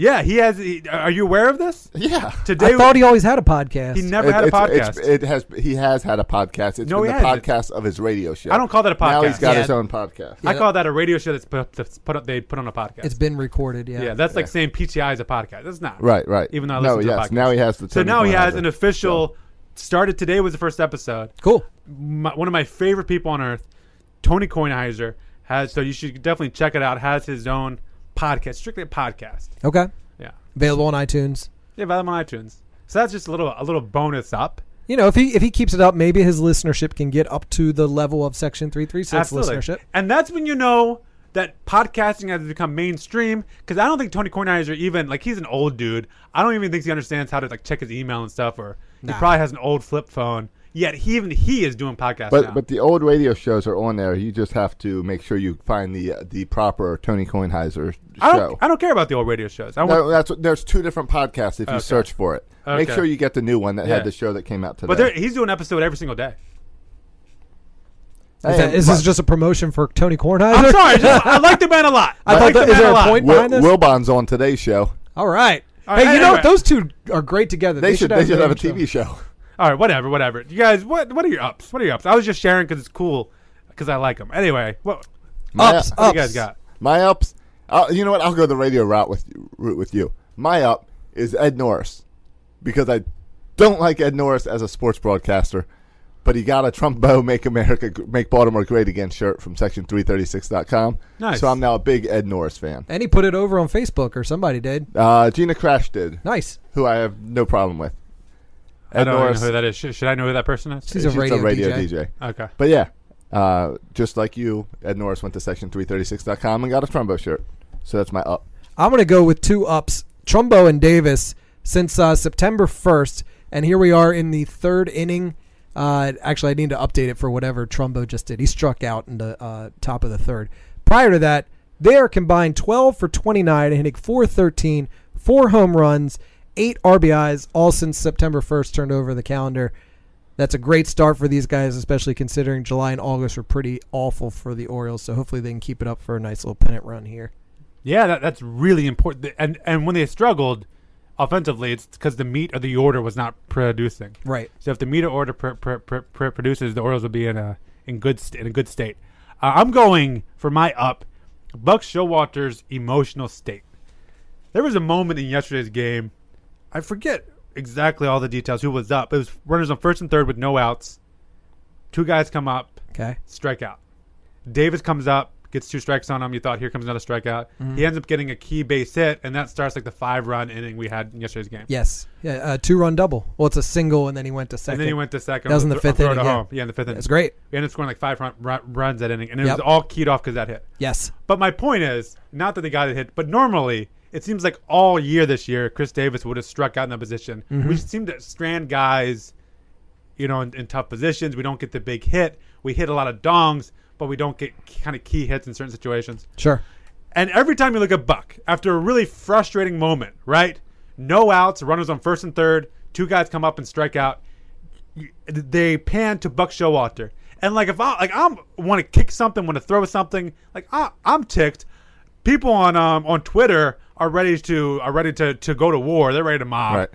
Speaker 5: Yeah, he has. He, are you aware of this?
Speaker 3: Yeah.
Speaker 5: Today,
Speaker 7: I thought he always had a podcast.
Speaker 5: he never had a
Speaker 3: It's-
Speaker 5: podcast.
Speaker 3: it's- it has. He has had a podcast. It's
Speaker 5: No,
Speaker 3: been
Speaker 5: he
Speaker 3: the
Speaker 5: hasn't.
Speaker 3: podcast of his radio show.
Speaker 5: I don't call that a
Speaker 3: Now
Speaker 5: podcast.
Speaker 3: he's got
Speaker 7: Yeah.
Speaker 3: his own podcast.
Speaker 5: I call that a radio show that's put up, that's put up they put on a podcast.
Speaker 7: it's been recorded. Yeah.
Speaker 5: yeah, that's like saying PTI is a podcast. That's not
Speaker 3: Right, right.
Speaker 5: Even though I
Speaker 3: No,
Speaker 5: listen to
Speaker 3: yes,
Speaker 5: the podcast.
Speaker 3: now he has the
Speaker 5: So now he has
Speaker 3: Tony
Speaker 5: an
Speaker 3: Kornheiser
Speaker 5: official. Started today was the first episode.
Speaker 7: cool.
Speaker 5: my, one of my favorite people on earth, Tony Kornheiser, has so you should definitely check it out. Has his own podcast, strictly a podcast.
Speaker 7: Okay.
Speaker 5: Yeah,
Speaker 7: Available on iTunes.
Speaker 5: yeah, available on iTunes. So that's just a little a little bonus up.
Speaker 7: You know, if he if he keeps it up, maybe his listenership can get up to the level of Section Three Three Six listenership.
Speaker 5: And that's when you know that podcasting has become mainstream because I don't think Tony Kornheiser even like he's an old dude. I don't even think he understands how to like check his email and stuff, or he probably has an old flip phone. Yet he even he is doing podcasts
Speaker 3: But
Speaker 5: now.
Speaker 3: but the old radio shows are on there. You just have to make sure you find the uh, the proper Tony Kornheiser
Speaker 5: I
Speaker 3: show.
Speaker 5: don't, I don't care about the old radio shows. I want,
Speaker 3: No, that's what- there's two different podcasts if you search for it. Make
Speaker 5: Okay.
Speaker 3: sure you get the new one that
Speaker 5: Yeah.
Speaker 3: had the show that came out today.
Speaker 5: but there, he's doing an episode every single day.
Speaker 7: Is,
Speaker 3: Hey,
Speaker 7: that, is this
Speaker 3: but-
Speaker 7: just a promotion for Tony Kornheiser?
Speaker 5: I'm sorry. I just- I like the man a lot. I,
Speaker 7: I
Speaker 5: like the
Speaker 7: thought that, is
Speaker 5: man
Speaker 7: there
Speaker 5: a
Speaker 7: a
Speaker 5: lot.
Speaker 7: point behind this?
Speaker 3: Wilbon's on today's show.
Speaker 7: All right.
Speaker 5: All
Speaker 7: hey,
Speaker 5: right,
Speaker 7: you know what?
Speaker 5: anyway.
Speaker 7: those two are great together.
Speaker 3: They, should, they should
Speaker 7: their
Speaker 3: have a
Speaker 7: own show.
Speaker 3: TV show.
Speaker 5: All right, whatever, whatever. You guys, what what are your ups? What are your ups? I was just sharing because it's cool, because I like them. Anyway, what
Speaker 3: My,
Speaker 7: Ups,
Speaker 5: what do you guys got?
Speaker 3: My ups. Uh, you know what? I'll go the radio route with you, route with you. My up is Ed Norris because I don't like Ed Norris as a sports broadcaster, but he got a Trump bow "Make America G- Make Baltimore Great Again" shirt from Section336.com.
Speaker 5: Nice.
Speaker 3: So I'm now a big Ed Norris fan.
Speaker 7: And he put it over on Facebook, or somebody did.
Speaker 3: Uh, Gina Crash did,
Speaker 7: Nice.
Speaker 3: who I have no problem with.
Speaker 5: I don't
Speaker 3: Norris.
Speaker 5: know who that is. Should, should I know who that person is?
Speaker 7: She's a radio, DJ.
Speaker 5: Okay.
Speaker 3: But yeah, uh, just like you, Ed Norris went to Section336.com and got a Trumbo shirt. So that's my up.
Speaker 7: I'm going to go with two ups, Trumbo and Davis, since uh, September 1st. And here we are in the third inning. Uh, actually, I need to update it for whatever Trumbo just did. He struck out in the uh, top of the third. Prior to that, they are combined 12 for 29 and hitting 413, four home runs, eight RBIs, all since September 1st turned over the calendar. That's a great start for these guys, especially considering July and August were pretty awful for the Orioles. So hopefully they can keep it up for a nice little pennant run here.
Speaker 5: Yeah, that, that's really important. And and when they struggled, offensively, it's because the meat of the order was not producing.
Speaker 7: Right.
Speaker 5: So if the meat of order pr- pr- pr- pr- produces, the Orioles will be in a in good st- in a good state. Uh, I'm going for my up, Buck Showalter's emotional state. There was a moment in yesterday's game. I forget exactly all the details. Who was up? It was runners on first and third with no outs. Two guys come up
Speaker 7: Okay.
Speaker 5: strikeout. Davis comes up, gets two strikes on him. You thought, here comes another strikeout.
Speaker 7: Mm-hmm.
Speaker 5: He ends up getting a key base hit, and that starts like the five run inning we had in yesterday's game.
Speaker 7: Yes. Yeah. Uh, two run double. Well, it's a single, and then he went to second.
Speaker 5: And then he went to second.
Speaker 7: That was
Speaker 5: on
Speaker 7: in the
Speaker 5: thro-
Speaker 7: fifth
Speaker 5: throw
Speaker 7: inning,
Speaker 5: To
Speaker 7: yeah.
Speaker 5: home. yeah, in the fifth inning.
Speaker 7: That's great.
Speaker 5: We ended up scoring like five run, run, runs that inning, and it was
Speaker 7: Yep.
Speaker 5: all keyed off because that hit.
Speaker 7: Yes.
Speaker 5: But my point is, not that the guy that hit, but normally it seems like all year this year, Chris Davis would have struck out in that position. We seem to strand guys, you know, in, in tough positions. We don't get the big hit. We hit a lot of dongs, but we don't get kind of key hits in certain situations.
Speaker 7: Sure.
Speaker 5: And every time you look at Buck, after a really frustrating moment, right? No outs, runners on first and third, two guys come up and strike out. You- They pan to Buck Showalter, and like if I like I'm want to kick something, want to throw something, like I, I'm ticked. People on um on Twitter are ready to are ready to to go to war. They're ready to mob.
Speaker 3: Right.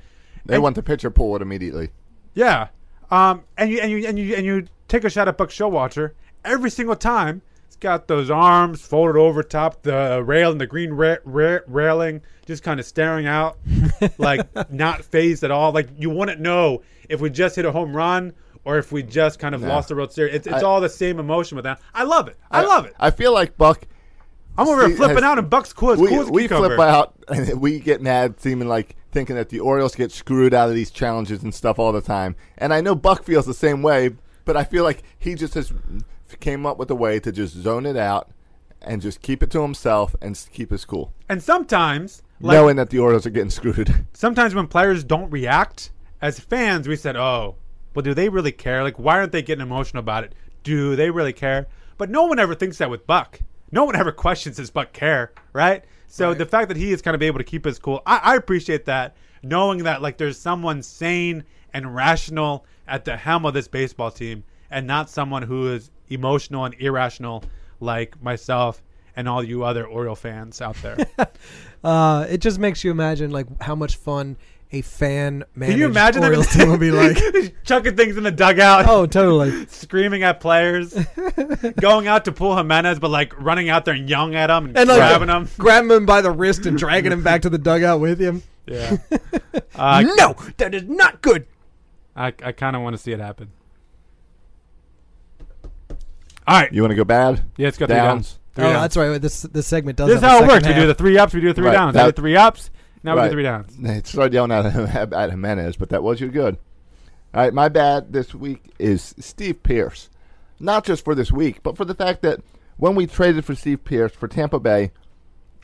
Speaker 3: They want the pitcher pulled immediately.
Speaker 5: Yeah. Um, and you and you and you and you take a shot at Buck Showalter every single time. He's got those arms folded over top the rail and the green ra- ra- railing, just kind of staring out, like not phased at all. Like you wouldn't know if we just hit a home run or if we just kind of lost the World Series. It's, it's all the same emotion with that. I love it. I, love it.
Speaker 3: I feel like Buck.
Speaker 5: I'm over
Speaker 3: See,
Speaker 5: here flipping
Speaker 3: has-
Speaker 5: out, and Buck's cool as
Speaker 3: we
Speaker 5: cool as a
Speaker 3: we flip
Speaker 5: cucumber.
Speaker 3: out and we get mad, seeming like thinking that the Orioles get screwed out of these challenges and stuff all the time. And I know Buck feels the same way, but I feel like he just has came up with a way to just zone it out and just keep it to himself and s- keep his cool,
Speaker 5: And sometimes, like,
Speaker 3: knowing that the Orioles are getting screwed.
Speaker 5: sometimes when players don't react as fans we said oh well do they really care like why aren't they getting emotional about it do they really care but no one ever thinks that with buck no one ever questions his buck care right so the fact that he is kind of able to keep his cool I, I appreciate that knowing that like there's someone sane and rational at the helm of this baseball team and not someone who is emotional and irrational like myself and all you other Oriole fans out there.
Speaker 7: Uh, it just makes you imagine like how much fun a fan
Speaker 5: Can you
Speaker 7: managed
Speaker 5: imagine them
Speaker 7: Orioles team would be like.
Speaker 5: chucking things in the dugout?
Speaker 7: Oh, totally.
Speaker 5: screaming at players, going out to pull Jimenez, but like running out there and yelling at him and,
Speaker 7: And like
Speaker 5: grabbing him.
Speaker 7: grabbing him by the wrist and dragging him back to the dugout with him.
Speaker 5: Yeah, uh,
Speaker 7: No, that is not good.
Speaker 5: I I kind of want to see it happen. All right,
Speaker 3: You want to go bad?
Speaker 5: yeah, let's go three
Speaker 3: Downs.
Speaker 5: downs. Three
Speaker 7: oh,
Speaker 5: downs.
Speaker 7: that's right. This this segment does.
Speaker 5: this is
Speaker 7: have a
Speaker 5: how it
Speaker 7: second
Speaker 5: works. We do
Speaker 7: half.
Speaker 5: the three ups, we do the three
Speaker 3: Right,
Speaker 5: downs.
Speaker 3: that-
Speaker 5: I did three ups. Now we
Speaker 3: Right.
Speaker 5: do three downs.
Speaker 3: They started yelling at, at Jimenez, but that was your good. All right, my bad this week is Steve Pierce. Not just for this week, but for the fact that when we traded for Steve Pierce for Tampa Bay,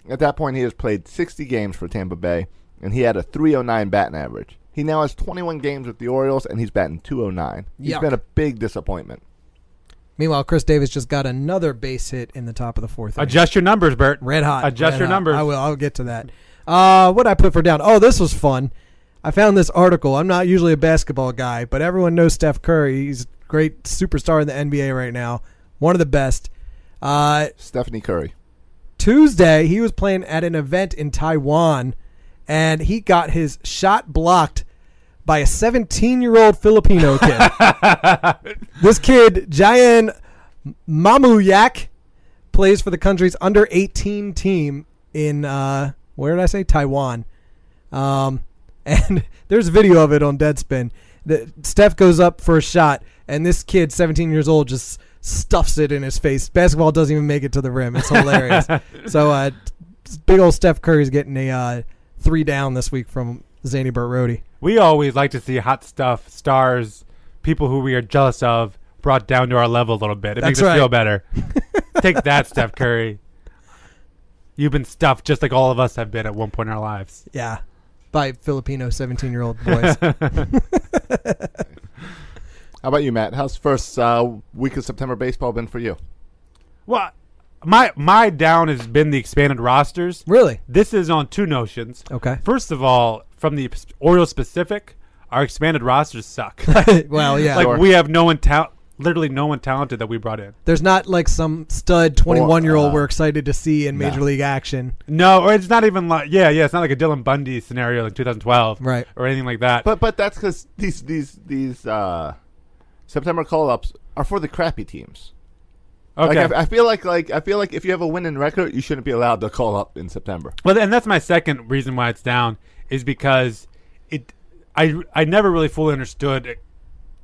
Speaker 3: at that point he has played 60 games for Tampa Bay, and he had a 309 batting average. He now has 21 games with the Orioles, and he's batting 209. He's
Speaker 7: Yuck.
Speaker 3: been a big disappointment.
Speaker 7: Meanwhile, Chris Davis just got another base hit in the top of the fourth. inning.
Speaker 5: Adjust your numbers, Bert.
Speaker 7: Red hot.
Speaker 5: Adjust
Speaker 7: red
Speaker 5: your
Speaker 7: hot.
Speaker 5: numbers.
Speaker 7: I will. I'll get to that. Uh, what I put for down. Oh, this was fun. I found this article. I'm not usually a basketball guy, but everyone knows Steph Curry. He's a great superstar in the NBA right now. One of the best. Uh,
Speaker 3: Stephanie Curry.
Speaker 7: Tuesday, he was playing at an event in Taiwan, and he got his shot blocked by a 17 year old Filipino kid. this kid, Jayan Mamuyak, plays for the country's under 18 team in, uh, where did I say? Taiwan. Um, and there's a video of it on Deadspin. That Steph goes up for a shot, and this kid, 17 years old, just stuffs it in his face. Basketball doesn't even make it to the rim. It's hilarious. so, uh, big old Steph Curry's getting a uh, three down this week from Zany Burt Rhodey.
Speaker 5: we always like to see hot stuff, stars, people who we are jealous of brought down to our level a little bit. It makes
Speaker 7: That's
Speaker 5: us feel
Speaker 7: right.
Speaker 5: better. Take that, Steph Curry. You've been stuffed just like all of us have been at one point in our lives.
Speaker 7: Yeah, by Filipino 17 year old boys.
Speaker 3: How about you, Matt? How's the first uh, week of September baseball been for you?
Speaker 5: Well, my my down has been the expanded rosters.
Speaker 7: really?
Speaker 5: This is on two notions.
Speaker 7: Okay.
Speaker 5: First of all, from the Orioles specific, our expanded rosters suck.
Speaker 7: well, yeah.
Speaker 5: like we have no one talent. literally no one talented that we brought in.
Speaker 7: There's not like some stud 21 year old
Speaker 3: uh,
Speaker 7: we're excited to see in Major
Speaker 3: no.
Speaker 7: League action.
Speaker 5: No, or it's not even like yeah, yeah. It's not like a Dylan Bundy scenario like 2012,
Speaker 7: Right.
Speaker 5: or anything like that.
Speaker 3: But but that's because these these these uh, September call ups are for the crappy teams.
Speaker 5: okay,
Speaker 3: Like I, I feel like like I feel like if you have a winning record, you shouldn't be allowed to call up in September.
Speaker 5: Well, and that's my second reason why it's down is because it. I I never really fully understood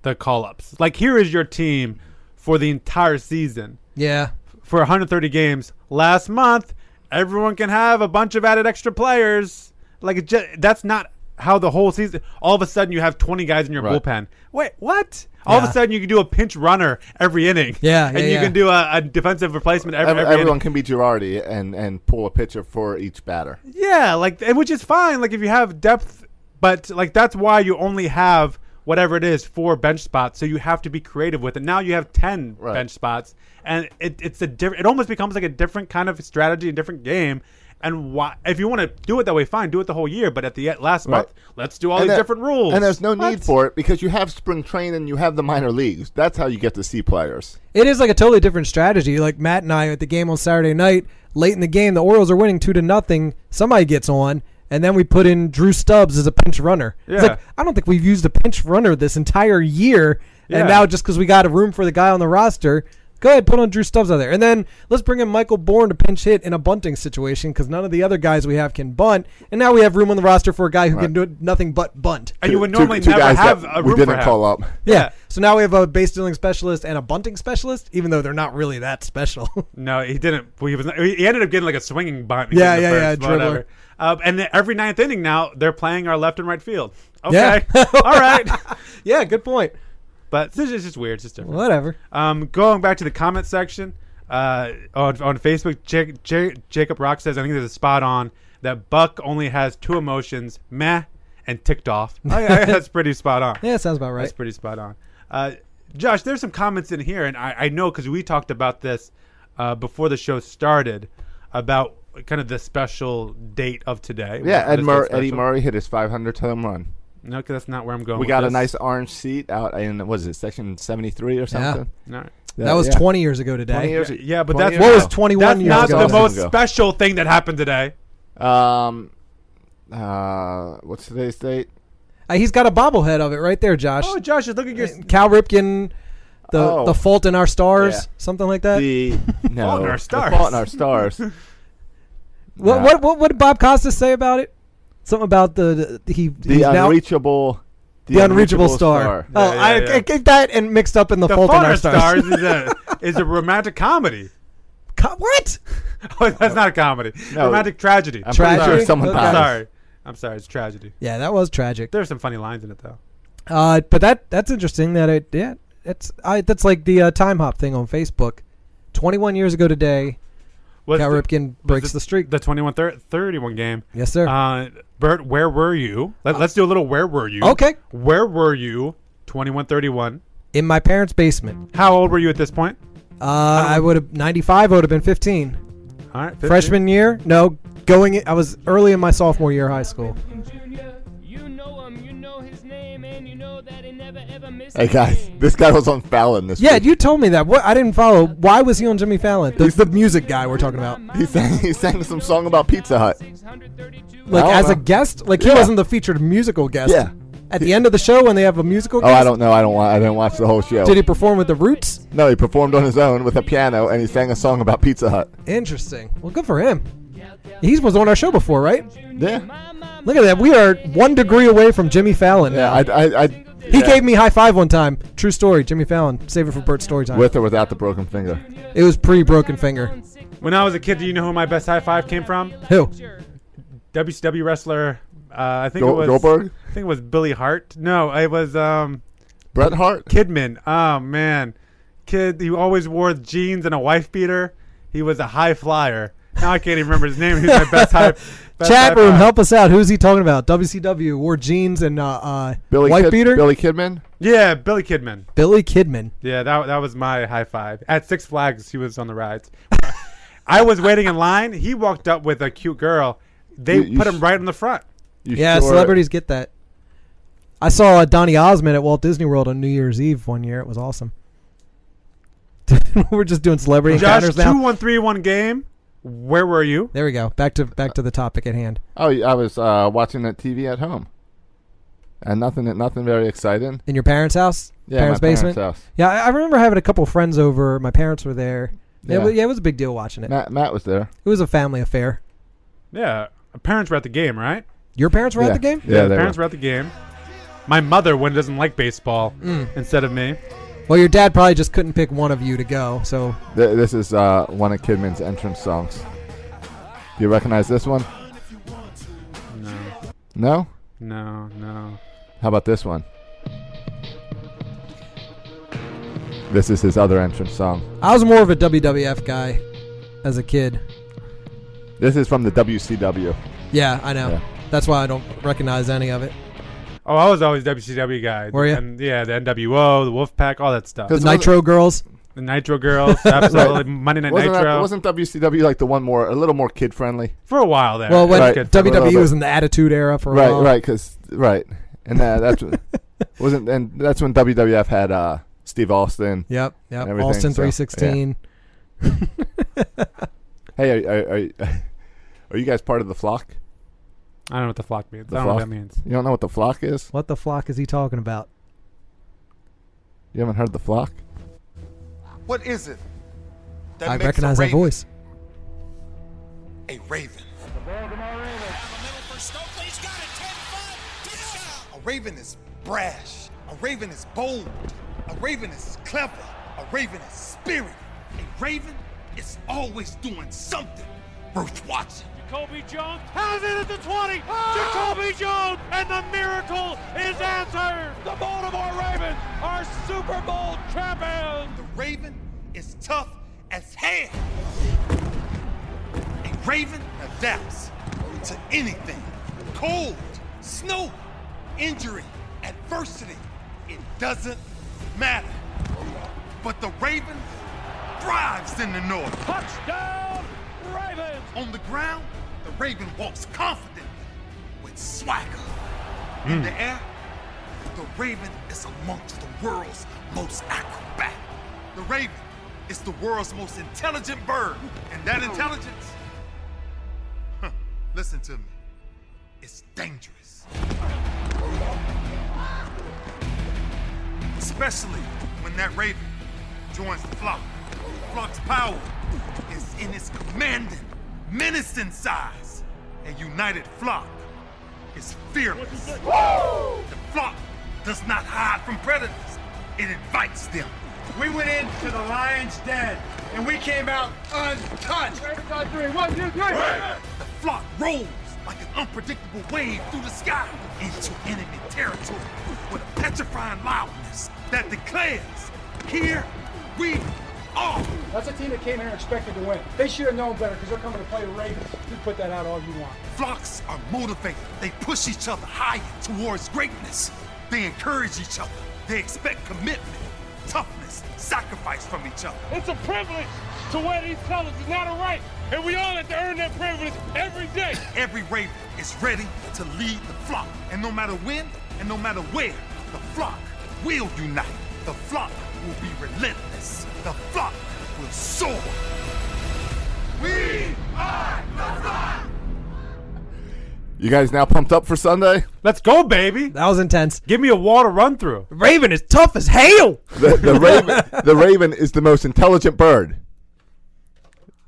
Speaker 5: the call ups. Like here is your team for the entire season
Speaker 7: Yeah.
Speaker 5: for 130 games last month. Everyone can have a bunch of added extra players. Like it just, that's not how the whole season. All of a sudden you have 20 guys in your
Speaker 3: Right.
Speaker 5: bullpen. Wait, what? All of
Speaker 7: Yeah.
Speaker 5: a sudden you can do a pinch runner every inning.
Speaker 7: Yeah,
Speaker 5: and
Speaker 7: yeah,
Speaker 5: you
Speaker 7: yeah.
Speaker 5: can do a, a defensive replacement every,
Speaker 3: Ev-
Speaker 5: every inning.
Speaker 3: everyone can be Girardi and and pull a pitcher for each batter.
Speaker 5: Yeah, like and which is fine. Like if you have depth, but like that's why you only have whatever it is four bench spots. So you have to be creative with it. Now you have ten
Speaker 3: Right.
Speaker 5: bench spots, and it, it's a different. It almost becomes like a different kind of strategy, a different game. And why, if you want to do it that way, fine, do it the whole year. But at the e- last
Speaker 3: Right.
Speaker 5: month, let's do all
Speaker 3: And
Speaker 5: these
Speaker 3: there-
Speaker 5: different rules.
Speaker 3: and there's no
Speaker 5: What?
Speaker 3: need for it because you have spring training and you have the minor leagues. That's how you get to see players.
Speaker 7: It is like a totally different strategy. Like Matt and I at the game on Saturday night, late in the game, the Orioles are winning two to nothing. Somebody gets on, and then we put in Drew Stubbs as a pinch runner. It's
Speaker 5: Yeah.
Speaker 7: like I don't think we've used a pinch runner this entire year,
Speaker 5: Yeah.
Speaker 7: and now just because we got a room for the guy on the roster, go ahead put on Drew Stubbs out there, and then let's bring in Michael Bourne to pinch hit in a bunting situation because none of the other guys we have can bunt, and now we have room on the roster for a guy who can do nothing but bunt.
Speaker 5: And you would
Speaker 3: Two-
Speaker 5: normally
Speaker 3: two
Speaker 5: never
Speaker 3: guys
Speaker 5: have
Speaker 3: that
Speaker 5: a room
Speaker 3: we didn't
Speaker 5: for
Speaker 3: call
Speaker 5: half.
Speaker 3: up.
Speaker 7: Yeah. So now we have a base stealing specialist and a bunting specialist, even though they're not really that special.
Speaker 5: No, he didn't. well, He was. Not, he ended up getting like a swinging bunt.
Speaker 7: Yeah,
Speaker 5: in the
Speaker 7: yeah,
Speaker 5: first,
Speaker 7: yeah,
Speaker 5: but whatever.
Speaker 7: dribbler.
Speaker 5: Uh, and then every ninth inning now, they're playing our left and right field.
Speaker 7: Yeah.
Speaker 5: Okay, all right.
Speaker 7: yeah, good point.
Speaker 5: But this is just weird. It's just different.
Speaker 7: Whatever.
Speaker 5: Um, going back to the comment section uh, on, on Facebook, Jac- Jac- Jacob Rock says, I think there's a spot on that Buck only has two emotions, meh and ticked off. I, I- that's pretty spot on.
Speaker 7: Yeah, sounds about right.
Speaker 5: That's pretty spot on. Uh, Josh, there's some comments in here, and I, I know because we talked about this uh, before the show started about kind of the special date of today.
Speaker 3: Yeah,
Speaker 5: What
Speaker 3: Ed
Speaker 5: is
Speaker 3: Mur-
Speaker 5: that
Speaker 3: Eddie
Speaker 5: special?
Speaker 3: Murray hit his 500th home run.
Speaker 5: No, 'cause that's not where I'm going.
Speaker 3: We
Speaker 5: with
Speaker 3: got a
Speaker 5: this.
Speaker 3: nice orange seat out in what is it, section 73 or something?
Speaker 5: All right.
Speaker 7: that was
Speaker 3: yeah.
Speaker 7: 20 years ago
Speaker 3: 20
Speaker 7: today.
Speaker 3: years-
Speaker 5: Yeah, but
Speaker 3: 20
Speaker 5: that's
Speaker 3: years
Speaker 7: What was
Speaker 3: ago.
Speaker 7: 21
Speaker 5: That's
Speaker 7: years
Speaker 5: not
Speaker 7: ago?
Speaker 5: the most
Speaker 3: Ago.
Speaker 5: special thing that happened today.
Speaker 3: Um, uh, what's today's date?
Speaker 7: Uh, he's got a bobblehead of it right there, Josh.
Speaker 5: Oh, Josh, just look at your.
Speaker 7: Cal Ripken, the
Speaker 3: Oh.
Speaker 7: the Fault in Our Stars,
Speaker 3: Yeah.
Speaker 7: something like that.
Speaker 3: The no,
Speaker 5: Fault in Our
Speaker 3: The
Speaker 5: Stars.
Speaker 3: Fault in Our Stars.
Speaker 7: what,
Speaker 3: uh,
Speaker 7: what what what did Bob Costas say about it? Something about the, the he
Speaker 3: the
Speaker 7: he's now
Speaker 3: unreachable,
Speaker 7: the unreachable star. Oh,
Speaker 5: Yeah,
Speaker 7: I,
Speaker 5: yeah,
Speaker 7: I
Speaker 5: yeah.
Speaker 7: get that and mixed up in the,
Speaker 5: The
Speaker 7: Fault in Our
Speaker 5: Fault
Speaker 7: Stars.
Speaker 5: Stars is a is a romantic comedy.
Speaker 7: Co- what?
Speaker 5: Oh, that's not a comedy.
Speaker 3: No.
Speaker 5: romantic tragedy.
Speaker 3: I'm pretty
Speaker 7: Tragic?
Speaker 3: sure someone
Speaker 7: Okay.
Speaker 5: I'm
Speaker 3: dies.
Speaker 5: sorry. I'm sorry. It's tragedy.
Speaker 7: Yeah, that was tragic.
Speaker 5: There's some funny lines in it though.
Speaker 7: Uh, but that that's interesting. That it yeah, that's I that's like the uh, time hop thing on Facebook. Twenty one years ago today,
Speaker 5: Was
Speaker 7: Cal
Speaker 5: the-
Speaker 7: Ripken
Speaker 5: was
Speaker 7: breaks the streak.
Speaker 5: The 21 thir- 31 game.
Speaker 7: Yes, sir.
Speaker 5: Uh, Bert, where were you? Let, us do a little where were you?
Speaker 7: Okay.
Speaker 5: Where were you? 21 31.
Speaker 7: in my parents' basement.
Speaker 5: How old were you at this point?
Speaker 7: Uh, I would have ninety five. Would have been fifteen.
Speaker 5: All right. 15.
Speaker 7: Freshman year? No, going. I was early in my sophomore year of high school.
Speaker 10: You know him, you know his name, and you know that he never ever misses.
Speaker 3: Hey guys, this guy was on Fallon this
Speaker 7: Yeah,
Speaker 3: week.
Speaker 7: you told me that. What I didn't follow. Why was he on Jimmy Fallon? The, the music guy we're talking about.
Speaker 3: he sang he sang some song about Pizza Hut.
Speaker 7: Like
Speaker 3: I don't
Speaker 7: as a
Speaker 3: know.
Speaker 7: guest, like he
Speaker 3: Yeah.
Speaker 7: wasn't the featured musical guest.
Speaker 3: Yeah.
Speaker 7: At the end of the show, when they have a musical
Speaker 3: Oh,
Speaker 7: guest,
Speaker 3: I don't know. I don't. Wa- I didn't watch the whole show.
Speaker 7: did he perform with the Roots?
Speaker 3: No, he performed on his own with a piano and he sang a song about Pizza Hut.
Speaker 7: Interesting. Well, good for him. He was on our show before, right?
Speaker 3: Yeah,
Speaker 7: Look at that. We are one degree away from Jimmy Fallon.
Speaker 3: yeah. I, I, I
Speaker 7: he gave me high five one time. True story. Jimmy Fallon. Save it for Bert's story time.
Speaker 3: with or without the broken finger.
Speaker 7: it was pre broken finger.
Speaker 5: When I was a kid, do you know who my best high five came from?
Speaker 7: Who?
Speaker 5: WCW wrestler. Uh, I think
Speaker 3: Go-
Speaker 5: it was
Speaker 3: Goldberg?
Speaker 5: I think it was Billy Hart. No, it was um,
Speaker 3: Bret Hart.
Speaker 5: Kidman. Oh man, kid, he always wore jeans and a wife beater. He was a high flyer. Now I can't even remember his name. He's my best high. Best
Speaker 7: Chat
Speaker 5: high
Speaker 7: room,
Speaker 5: five.
Speaker 7: help us out. Who's he talking about? WCW wore jeans and uh, uh,
Speaker 3: Billy
Speaker 7: white
Speaker 3: Kid-
Speaker 7: beater. Billy.
Speaker 3: Billy Kidman.
Speaker 5: Yeah, Billy Kidman.
Speaker 7: Kidman.
Speaker 5: Yeah, that that was my high five at Six Flags. He was on the rides. I was waiting in line. He walked up with a cute girl. They
Speaker 3: You- you
Speaker 5: put
Speaker 3: sh-
Speaker 5: him right in the front.
Speaker 3: You
Speaker 7: Yeah,
Speaker 3: sure-
Speaker 7: celebrities get that. I saw uh, Donny Osmond at Walt Disney World on New Year's Eve one year. It was awesome. We're just doing celebrity
Speaker 5: Josh,
Speaker 7: encounters
Speaker 5: two
Speaker 7: now.
Speaker 5: one three one game. Where were you?
Speaker 7: There we go. Back to back to the topic at hand.
Speaker 3: Oh, I was uh, watching the TV at home, and nothing, nothing very exciting.
Speaker 7: In your parents' house?
Speaker 3: Yeah, my
Speaker 7: parents'
Speaker 3: parents'
Speaker 7: basement.
Speaker 3: house.
Speaker 7: Yeah, I I remember having a couple friends over. My parents were there. Yeah,
Speaker 3: Yeah.
Speaker 7: it wa- yeah, it was a big deal watching it.
Speaker 3: Matt, Matt was there.
Speaker 7: It was a family affair.
Speaker 5: Yeah, our Uh, parents were at the game, right?
Speaker 7: Your parents were
Speaker 3: Yeah.
Speaker 7: at the game?
Speaker 3: Yeah,
Speaker 5: the
Speaker 3: they
Speaker 5: parents
Speaker 3: were.
Speaker 5: were. at the game. My mother, when doesn't like baseball,
Speaker 7: Mm.
Speaker 5: instead of me.
Speaker 7: Well, your dad probably just couldn't pick one of you to go. So
Speaker 3: Th- this is uh, one of Kidman's entrance songs. Do you recognize this one?
Speaker 5: No,
Speaker 3: No.
Speaker 5: no, no.
Speaker 3: How about this one? This is his other entrance song.
Speaker 7: I was more of a WWF guy as a kid.
Speaker 3: This is from the WCW.
Speaker 7: Yeah, I know.
Speaker 3: Yeah.
Speaker 7: That's why I don't recognize any of it.
Speaker 5: Oh, I was always WCW guy.
Speaker 7: Were ya?
Speaker 5: And, yeah, the NWO, the Wolfpack, all that stuff.
Speaker 7: The
Speaker 3: Cause
Speaker 7: Nitro Girls.
Speaker 5: The Nitro Girls, absolutely. Monday Night
Speaker 3: Wasn't, that-
Speaker 5: Nitro.
Speaker 3: wasn't WCW like the one more, a little more kid friendly?
Speaker 5: for a while there.
Speaker 7: Well, when
Speaker 3: Right.
Speaker 5: Good for a little
Speaker 7: WWE
Speaker 3: bit.
Speaker 7: was in the Attitude Era for a
Speaker 3: Right,
Speaker 7: while.
Speaker 3: right, because right, and uh, that's what- wasn't, and that's when WWF had uh, Steve Austin.
Speaker 7: Yep, yep.
Speaker 3: Everything,
Speaker 7: Austin
Speaker 3: so,
Speaker 7: 316.
Speaker 3: Hey, are, are, are, are you guys part of the flock?
Speaker 5: I don't know what the flock means.
Speaker 3: The
Speaker 5: I don't know
Speaker 3: flock?
Speaker 5: what that means.
Speaker 3: You don't know what the flock is?
Speaker 7: What the flock is he talking about?
Speaker 3: You haven't heard the flock?
Speaker 11: What is it? That
Speaker 7: I
Speaker 11: makes a
Speaker 7: recognize that
Speaker 11: raven
Speaker 7: voice.
Speaker 11: A raven. A raven is brash. A raven is bold. A raven is clever. A raven is spirited. A raven is always doing something worth watching.
Speaker 10: Jacoby Jones has it at the 20. Jacoby Jones, and the miracle is answered. The Baltimore Ravens are Super Bowl champions.
Speaker 11: The raven is tough as hell. A raven adapts to anything cold, snow, injury, adversity. It doesn't matter. But the raven thrives in the north.
Speaker 10: Touchdown, Ravens.
Speaker 11: On the ground, the raven walks confidently with swagger. In the air, the Raven is amongst the world's most acrobat. The Raven is the world's most intelligent bird, and that intelligence, huh, listen to me, it's dangerous. Especially when that Raven joins the flock. The flock's power is in its commanding, menacing size. A united flock is fearless. The flock does not hide from predators. It invites them. We went into the lion's den and we came out untouched. The flock rolls like an unpredictable wave through the sky into enemy territory with a petrifying loudness that declares, here we are.
Speaker 12: That's a team that came here expected to win. They should have known better because they're coming to play the Ravens. You put that out all you want.
Speaker 11: Flocks are motivated. They push each other higher towards greatness. They encourage each other. They expect commitment, toughness, sacrifice from each other.
Speaker 10: It's a privilege to wear these colors. It's not a right. And we all have to earn that privilege every day.
Speaker 11: Every raven is ready to lead the flock. And no matter when and no matter where, the flock will unite. The flock will be relentless. The flock will soar. We are the flock!
Speaker 3: You guys now pumped up for Sunday?
Speaker 5: Let's go, baby.
Speaker 7: That was intense.
Speaker 5: Give me a wall to run through.
Speaker 7: Raven is tough as hail.
Speaker 3: The, the raven, the raven is the most intelligent bird,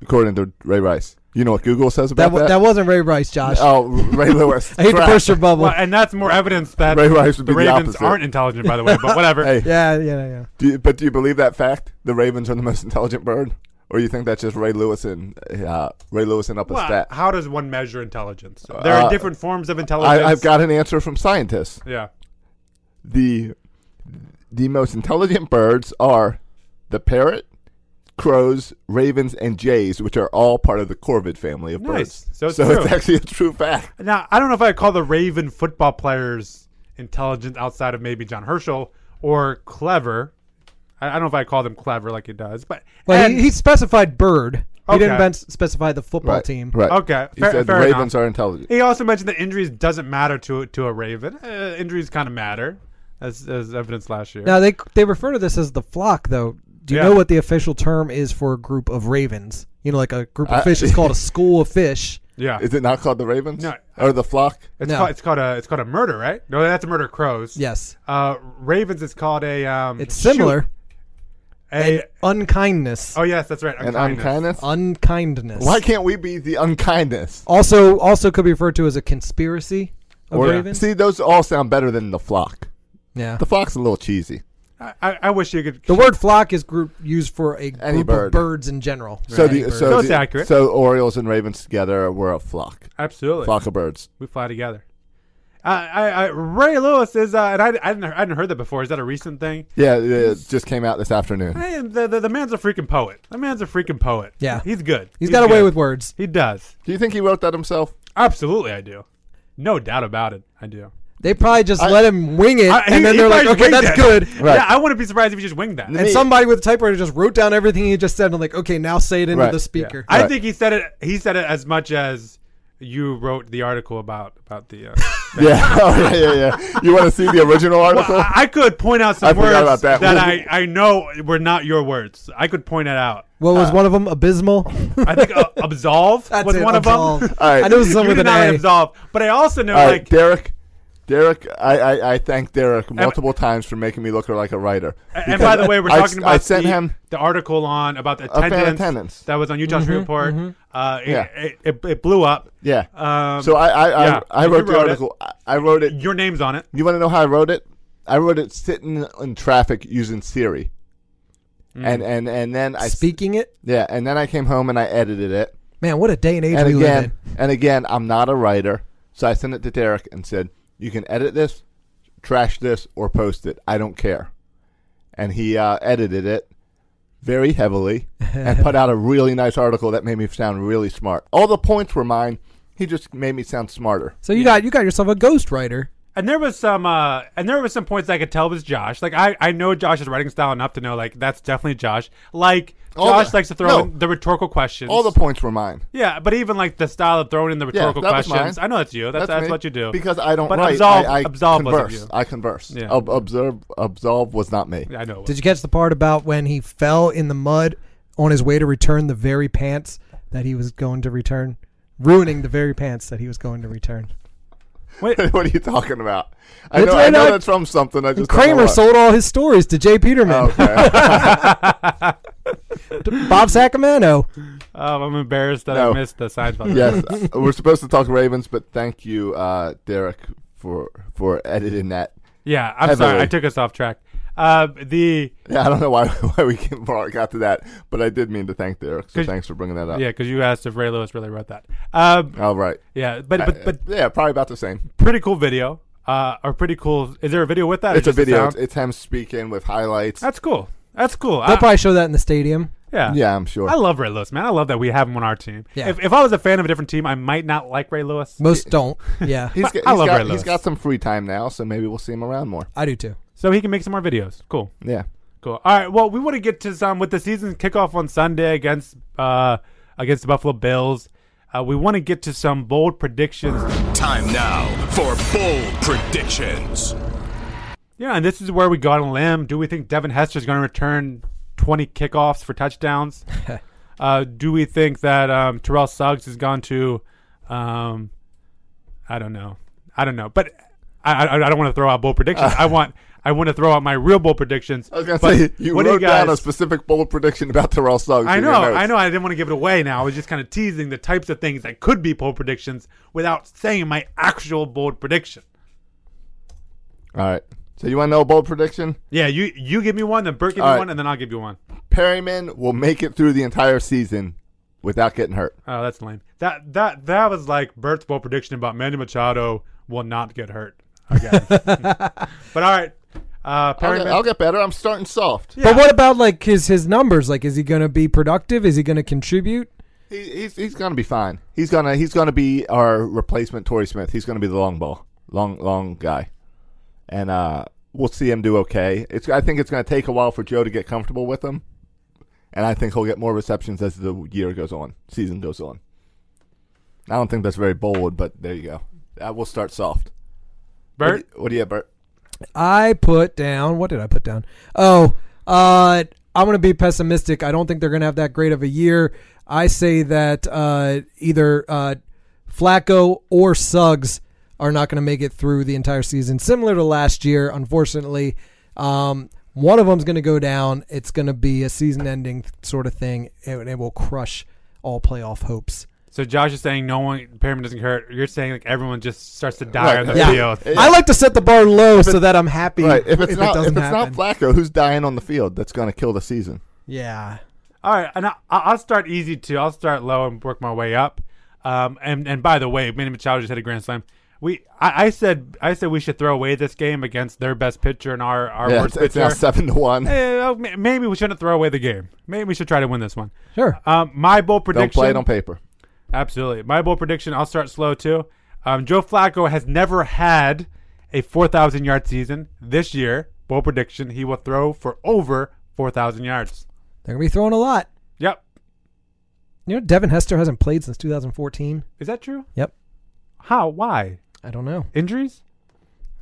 Speaker 3: according to Ray Rice. You know what Google says
Speaker 7: That
Speaker 3: about
Speaker 7: w-
Speaker 3: that?
Speaker 7: that wasn't Ray Rice, Josh.
Speaker 3: oh, Ray Lewis.
Speaker 7: I hate to
Speaker 3: Crap.
Speaker 7: burst your bubble.
Speaker 5: Well, and that's more evidence that
Speaker 3: Ray Rice would
Speaker 5: the
Speaker 3: be the
Speaker 5: Ravens
Speaker 3: opposite.
Speaker 5: aren't intelligent, by the way. But whatever.
Speaker 3: Hey,
Speaker 7: yeah, yeah, yeah.
Speaker 3: do you, but do you believe that fact? The ravens are the most intelligent bird, or you think that's just Ray Lewis and uh, Ray Lewis and up a
Speaker 5: Well,
Speaker 3: stat?
Speaker 5: how does one measure intelligence? There are
Speaker 3: Uh,
Speaker 5: different forms of intelligence.
Speaker 3: I, I've got an answer from scientists.
Speaker 5: Yeah.
Speaker 3: the the most intelligent birds are the parrot, crows, ravens, and jays, which are all part of the corvid family of
Speaker 5: Nice.
Speaker 3: birds.
Speaker 5: So it's true.
Speaker 3: actually a true fact.
Speaker 5: Now, I don't know if I call the Raven football players intelligent outside of maybe John Herschel or clever. I, I don't know if I call them clever like it does, but
Speaker 7: Well,
Speaker 5: and-
Speaker 7: he, he specified bird. He didn't
Speaker 5: Okay.
Speaker 7: ben- specify the football
Speaker 3: Right.
Speaker 7: team.
Speaker 3: Right.
Speaker 5: Okay,
Speaker 3: He
Speaker 5: fair-
Speaker 3: said
Speaker 5: fair
Speaker 3: the ravens
Speaker 5: enough.
Speaker 3: are intelligent.
Speaker 5: He also mentioned that injuries doesn't matter to to a Raven. Uh, injuries kind of matter, as as evidence last year.
Speaker 7: Now they they refer to this as the flock, though. Do you
Speaker 5: Yeah.
Speaker 7: know what the official term is for a group of ravens? You know, like a group of
Speaker 3: I-
Speaker 7: fish is called a school of fish.
Speaker 5: Yeah.
Speaker 3: Is it not called the Ravens?
Speaker 5: No.
Speaker 3: Or the flock?
Speaker 5: It's called it's called a it's called a murder, right? No, that's a murder of crows.
Speaker 7: Yes.
Speaker 5: Uh, ravens is called a um.
Speaker 7: It's
Speaker 5: shoot.
Speaker 7: similar.
Speaker 5: A-
Speaker 7: and unkindness.
Speaker 5: Oh yes, that's right.
Speaker 3: An
Speaker 5: unkindness.
Speaker 7: Unkindness.
Speaker 3: Uh, Why can't we be the unkindness?
Speaker 7: Also, also could be referred to as a conspiracy of
Speaker 3: Or-
Speaker 7: ravens.
Speaker 3: See, those all sound better than the flock.
Speaker 7: Yeah.
Speaker 3: The flock's a little cheesy.
Speaker 5: I, I, I wish you could.
Speaker 7: The word flock is group used for a group
Speaker 3: Any
Speaker 7: of
Speaker 3: bird.
Speaker 7: birds in general.
Speaker 3: So
Speaker 7: Any
Speaker 3: the
Speaker 7: bird.
Speaker 3: so,
Speaker 5: That's
Speaker 3: the-
Speaker 5: accurate.
Speaker 3: So Orioles and Ravens together were a flock.
Speaker 5: Absolutely.
Speaker 3: Flock of birds.
Speaker 5: We fly together. Uh, I, I, Ray Lewis is, uh, and I, I, didn't, I hadn't heard that before. Is that a recent thing?
Speaker 3: Yeah, it just came out this afternoon.
Speaker 5: Hey, the, the, the man's a freaking poet. The man's a freaking poet.
Speaker 7: Yeah.
Speaker 5: He's good.
Speaker 7: He's got a way
Speaker 5: good.
Speaker 7: with words.
Speaker 5: He does.
Speaker 3: Do you think he wrote that himself?
Speaker 5: Absolutely, I do. No doubt about it. I do.
Speaker 7: They probably just
Speaker 5: I-
Speaker 7: let him wing it,
Speaker 5: I- he-
Speaker 7: and then
Speaker 5: he
Speaker 7: they're like,
Speaker 5: probably
Speaker 7: okay,
Speaker 5: winged
Speaker 7: that's
Speaker 5: it.
Speaker 7: good.
Speaker 5: Yeah, I wouldn't be surprised if he just winged that.
Speaker 7: And somebody with a typewriter just wrote down everything he just said and like, okay, now say it into the speaker.
Speaker 5: I think he said it. He said it as much as you wrote the article about about the. Uh,
Speaker 3: Yeah, Oh, yeah, yeah, yeah. You want to see the original article?
Speaker 5: Well, I, I could point out some
Speaker 3: I
Speaker 5: words
Speaker 3: forgot about that.
Speaker 5: I, I know were not your words. I could point it out.
Speaker 7: What was one of them? Abysmal.
Speaker 5: I think uh, absolve uh,
Speaker 7: That's
Speaker 5: was
Speaker 7: it,
Speaker 5: one
Speaker 7: absolve.
Speaker 5: of them.
Speaker 3: All right. I know it was
Speaker 7: some
Speaker 5: you
Speaker 7: with
Speaker 5: did
Speaker 7: an
Speaker 5: not
Speaker 7: A.
Speaker 5: absolve, but I also know
Speaker 3: All right,
Speaker 5: like
Speaker 3: Derek. Derek, I, I, I thank Derek multiple times for making me look like a writer.
Speaker 5: And by the way, we're
Speaker 3: I-
Speaker 5: talking about
Speaker 3: I sent
Speaker 5: the,
Speaker 3: him.
Speaker 5: the article on about the
Speaker 3: fan
Speaker 5: attendance,
Speaker 3: attendance.
Speaker 5: that was on Utah's
Speaker 3: Mhm,
Speaker 7: Mm-hmm,
Speaker 5: report.
Speaker 3: mhm.
Speaker 5: Uh, it,
Speaker 3: Yeah.
Speaker 5: it, it, it blew up.
Speaker 3: Yeah.
Speaker 5: Um,
Speaker 3: so I I,
Speaker 5: yeah,
Speaker 3: I, I
Speaker 5: you
Speaker 3: wrote the
Speaker 5: it.
Speaker 3: article. I, I wrote it.
Speaker 5: Your name's on it.
Speaker 3: You want to know how I wrote it? I wrote it sitting in traffic using Siri, and and and then I
Speaker 7: Speaking it.
Speaker 3: yeah, and then I came home and I edited it.
Speaker 7: Man, what a day and age
Speaker 3: and
Speaker 7: we live
Speaker 3: again,
Speaker 7: in.
Speaker 3: and again, I'm not a writer, so I sent it to Derek and said, "You can edit this, trash this, or post it. I don't care." And he uh, edited it very heavily and put out a really nice article that made me sound really smart. All the points were mine. He just made me sound smarter.
Speaker 7: So you got you got yourself a ghostwriter.
Speaker 5: And there was some, uh, and there was some points I could tell was Josh. Like I, I know Josh's writing style enough to know like that's definitely Josh. Like
Speaker 3: All
Speaker 5: Josh
Speaker 3: the-
Speaker 5: likes to throw
Speaker 3: no.
Speaker 5: in the rhetorical questions.
Speaker 3: All the points were mine.
Speaker 5: yeah, but even like the style of throwing in the
Speaker 3: Yeah,
Speaker 5: rhetorical
Speaker 3: that was
Speaker 5: questions.
Speaker 3: mine.
Speaker 5: I know that's you. That's, that's,
Speaker 3: me.
Speaker 5: what you do.
Speaker 3: Because I don't
Speaker 5: But
Speaker 3: write.
Speaker 5: absolve,
Speaker 3: I, I
Speaker 5: absolve was of
Speaker 3: converse.
Speaker 5: you.
Speaker 3: I converse.
Speaker 5: Yeah.
Speaker 3: Ob- observe, absolve was not me.
Speaker 5: Yeah, I know.
Speaker 7: Did you catch the part about when he fell in the mud on his way to return the very pants that he was going to return, ruining the very pants that he was going to return?
Speaker 3: what are you talking about? I
Speaker 7: That's
Speaker 3: know,
Speaker 7: right,
Speaker 3: I know
Speaker 7: I-
Speaker 3: that's from something. I just don't know
Speaker 7: Kramer
Speaker 3: what.
Speaker 7: sold all his stories to Jay
Speaker 5: Oh,
Speaker 7: Peterman, to Bob Sacramento.
Speaker 5: Um, I'm embarrassed that I
Speaker 3: No.
Speaker 5: missed the Seinfeld.
Speaker 3: yes, we're supposed to talk Ravens, but thank you, uh, Derek, for for editing that.
Speaker 5: Yeah, I'm sorry.
Speaker 3: heavily.
Speaker 5: I took us off track. Uh, the
Speaker 3: Yeah, I don't know why why we came- why I got to that, but I did mean to thank Derek. So
Speaker 5: Could-
Speaker 3: thanks for bringing that up.
Speaker 5: yeah, because you asked if Ray Lewis really wrote that. Um,
Speaker 3: All right.
Speaker 5: yeah, but
Speaker 3: I-
Speaker 5: but but
Speaker 3: yeah, probably about the same.
Speaker 5: pretty cool video. Uh, or pretty cool. Is there a video with that? or
Speaker 3: It's a
Speaker 5: just the
Speaker 3: video.
Speaker 5: sound?
Speaker 3: It's, it's him speaking with highlights.
Speaker 5: That's cool. That's cool.
Speaker 7: They'll
Speaker 5: I,
Speaker 7: probably show that in the stadium.
Speaker 5: yeah,
Speaker 3: Yeah, I'm sure.
Speaker 5: I love Ray Lewis, man. I love that we have him on our team.
Speaker 7: Yeah.
Speaker 5: If, if I was a fan of a different team, I might not like Ray Lewis.
Speaker 7: Most don't. Yeah,
Speaker 3: He's got,
Speaker 5: I
Speaker 3: he's
Speaker 5: love Ray
Speaker 3: got,
Speaker 5: Lewis.
Speaker 3: he's got some free time now, so maybe we'll see him around more.
Speaker 7: I do too.
Speaker 5: so he can make some more videos. Cool.
Speaker 3: Yeah.
Speaker 5: Cool. All right. Well, we want to get to some with the season kickoff on Sunday against uh, against the Buffalo Bills. Uh, we want to get to some bold predictions.
Speaker 9: Time now for bold predictions.
Speaker 5: Yeah, and this is where we go on a limb. Do we think Devin Hester is going to return 20 kickoffs for touchdowns? uh, do we think that um, Terrell Suggs has gone to, um, I don't know, I don't know, but I I, I don't want to throw out bold predictions. I want I want to throw out my real bold predictions.
Speaker 3: Uh. I was gonna
Speaker 5: But
Speaker 3: say you
Speaker 5: what do
Speaker 3: wrote down a
Speaker 5: guys-
Speaker 3: specific bold prediction about Terrell Suggs.
Speaker 5: I
Speaker 3: in
Speaker 5: know,
Speaker 3: your notes.
Speaker 5: I know. I didn't want to give it away. Now I was just kind of teasing the types of things that could be bold predictions without saying my actual bold prediction.
Speaker 3: All right. So you want to know a bold prediction?
Speaker 5: Yeah, you you give me one, then Bert give me
Speaker 3: All right.
Speaker 5: one, and then I'll give you one.
Speaker 3: Perryman will make it through the entire season without getting hurt.
Speaker 5: Oh, that's lame. That that that was like Bert's bold prediction about Manny Machado will not get hurt again. but all right, uh,
Speaker 3: I'll
Speaker 5: Perryman.
Speaker 3: get, I'll get better. I'm starting soft.
Speaker 5: Yeah.
Speaker 7: But what about like his his numbers? Like, is he going to be productive? Is he going to contribute?
Speaker 3: He, he's he's gonna be fine. He's gonna he's gonna be our replacement Torrey Smith. He's gonna be the long ball, long long guy, and uh, we'll see him do okay. It's I think it's gonna take a while for Joe to get comfortable with him, and I think he'll get more receptions as the year goes on, season goes on. I don't think that's very bold, but there you go. Uh, we'll start soft. What do
Speaker 5: Bert.
Speaker 3: you- what do you have, Bert?
Speaker 7: I put down. What did I put down? Oh, uh, I'm going to be pessimistic. I don't think they're going to have that great of a year. I say that uh, either uh, Flacco or Suggs are not going to make it through the entire season, similar to last year. Unfortunately, um, one of them's going to go down. It's going to be a season-ending sort of thing, and it will crush all playoff hopes.
Speaker 5: So Josh is saying no one Perriman doesn't hurt. You're saying like everyone just starts to die on the field.
Speaker 7: I like to set the bar low so that I'm happy
Speaker 3: Right. If it's
Speaker 7: it
Speaker 3: not, if
Speaker 7: doesn't
Speaker 3: it's not
Speaker 7: happen.
Speaker 3: Flacco, who's dying on the field? That's going to kill the season.
Speaker 7: yeah.
Speaker 5: All right, and I, I'll start easy too. I'll start low and work my way up. Um, and and by the way, Manny Machado just hit a grand slam. We, I, I said, I said we should throw away this game against their best pitcher and our our
Speaker 3: Yeah,
Speaker 5: worst
Speaker 3: it's- it's
Speaker 5: pitcher.
Speaker 3: now seven to one.
Speaker 5: Eh, oh, ma- maybe we shouldn't throw away the game. Maybe we should try to win this one.
Speaker 7: Sure.
Speaker 5: Um, my bold prediction.
Speaker 3: Don't play it on paper.
Speaker 5: Absolutely. My bold prediction, I'll start slow too. Um, Joe Flacco has never had a 4,000 yard season. This year, bold prediction, he will throw for over 4,000 yards.
Speaker 7: They're going to be throwing a lot.
Speaker 5: Yep.
Speaker 7: You know, Devin Hester hasn't played since 2014.
Speaker 5: Is that true?
Speaker 7: Yep.
Speaker 5: How? Why?
Speaker 7: I don't know.
Speaker 5: Injuries?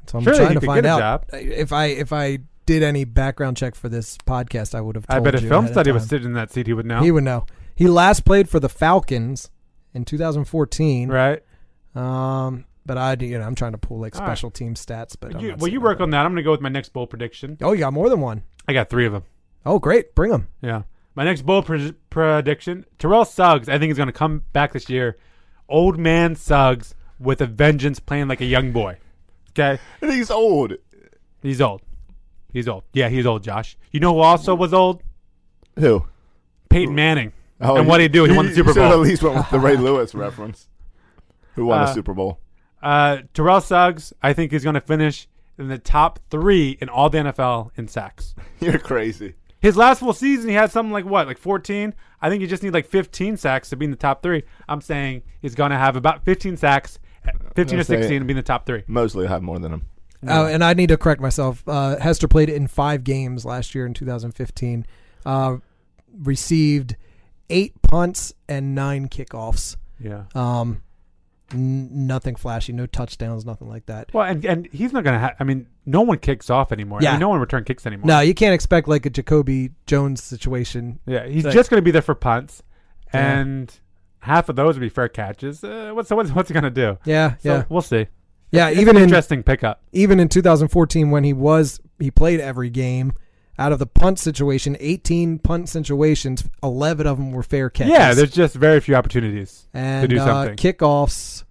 Speaker 7: So I'm
Speaker 5: Surely
Speaker 7: trying
Speaker 5: he
Speaker 7: to
Speaker 5: could
Speaker 7: find
Speaker 5: get a
Speaker 7: out.
Speaker 5: job.
Speaker 7: If I if I did any background check for this podcast, I would have.
Speaker 5: I
Speaker 7: Told
Speaker 5: bet if
Speaker 7: you
Speaker 5: film
Speaker 7: ahead of
Speaker 5: study was
Speaker 7: time.
Speaker 5: sitting in that seat, he would know.
Speaker 7: He would know. He last played for the Falcons in 2014.
Speaker 5: Right.
Speaker 7: Um, but I, you know, I'm trying to pull like
Speaker 5: All right.
Speaker 7: special team stats, but I'm
Speaker 5: You-
Speaker 7: not
Speaker 5: well, you work on that. I'm going to go with my next bold prediction.
Speaker 7: Oh, you got more than one.
Speaker 5: I got three of them.
Speaker 7: Oh, great. Bring them.
Speaker 5: Yeah. My next bold pre- prediction Terrell Suggs, I think, is going to come back this year. Old man Suggs with a vengeance playing like a young boy. Okay.
Speaker 3: And he's old.
Speaker 5: He's old. He's old. Yeah, he's old, Josh. You know who also was old?
Speaker 3: Who?
Speaker 5: Peyton Manning.
Speaker 3: Oh,
Speaker 5: and
Speaker 3: you-
Speaker 5: what he do? He
Speaker 3: you-
Speaker 5: won the
Speaker 3: you
Speaker 5: Super
Speaker 3: should've
Speaker 5: Bowl.
Speaker 3: At least went with the Ray Lewis reference. Who won
Speaker 5: Uh,
Speaker 3: the Super Bowl?
Speaker 5: Uh, Terrell Suggs, I think, is going to finish in the top three in all the NFL in sacks.
Speaker 3: You're crazy.
Speaker 5: His last full season, he had something like what, like 14? I think you just need like 15 sacks to be in the top three. I'm saying he's going to have about 15 sacks, 15 or
Speaker 3: I'll say
Speaker 5: 16 to be in the top three.
Speaker 3: Mosley will have more than him.
Speaker 7: Oh, and I need to correct myself. Uh, Hester played in five games last year in 2015. Uh, received eight punts and nine kickoffs.
Speaker 5: Yeah.
Speaker 7: Um, n- nothing flashy, no touchdowns, nothing like that.
Speaker 5: Well, and, and he's not going to have, I mean, no one kicks off anymore. I
Speaker 7: Yeah.
Speaker 5: mean, no one return kicks anymore.
Speaker 7: No, you can't expect like a Jacoby Jones situation.
Speaker 5: Yeah, he's
Speaker 7: Like-
Speaker 5: just going to be there for punts,
Speaker 7: Yeah.
Speaker 5: and half of those would be fair catches. Uh, what's what's what's he going to do?
Speaker 7: Yeah,
Speaker 5: So
Speaker 7: yeah.
Speaker 5: we'll see.
Speaker 7: Yeah,
Speaker 5: It's- it's
Speaker 7: even
Speaker 5: an
Speaker 7: in-
Speaker 5: interesting pickup.
Speaker 7: even in 2014 when he was he played every game. Out of the punt situation, 18 punt situations, 11 of them were fair catches.
Speaker 5: Yeah, there's just very few opportunities
Speaker 7: and
Speaker 5: to do
Speaker 7: uh,
Speaker 5: something.
Speaker 7: kickoffs.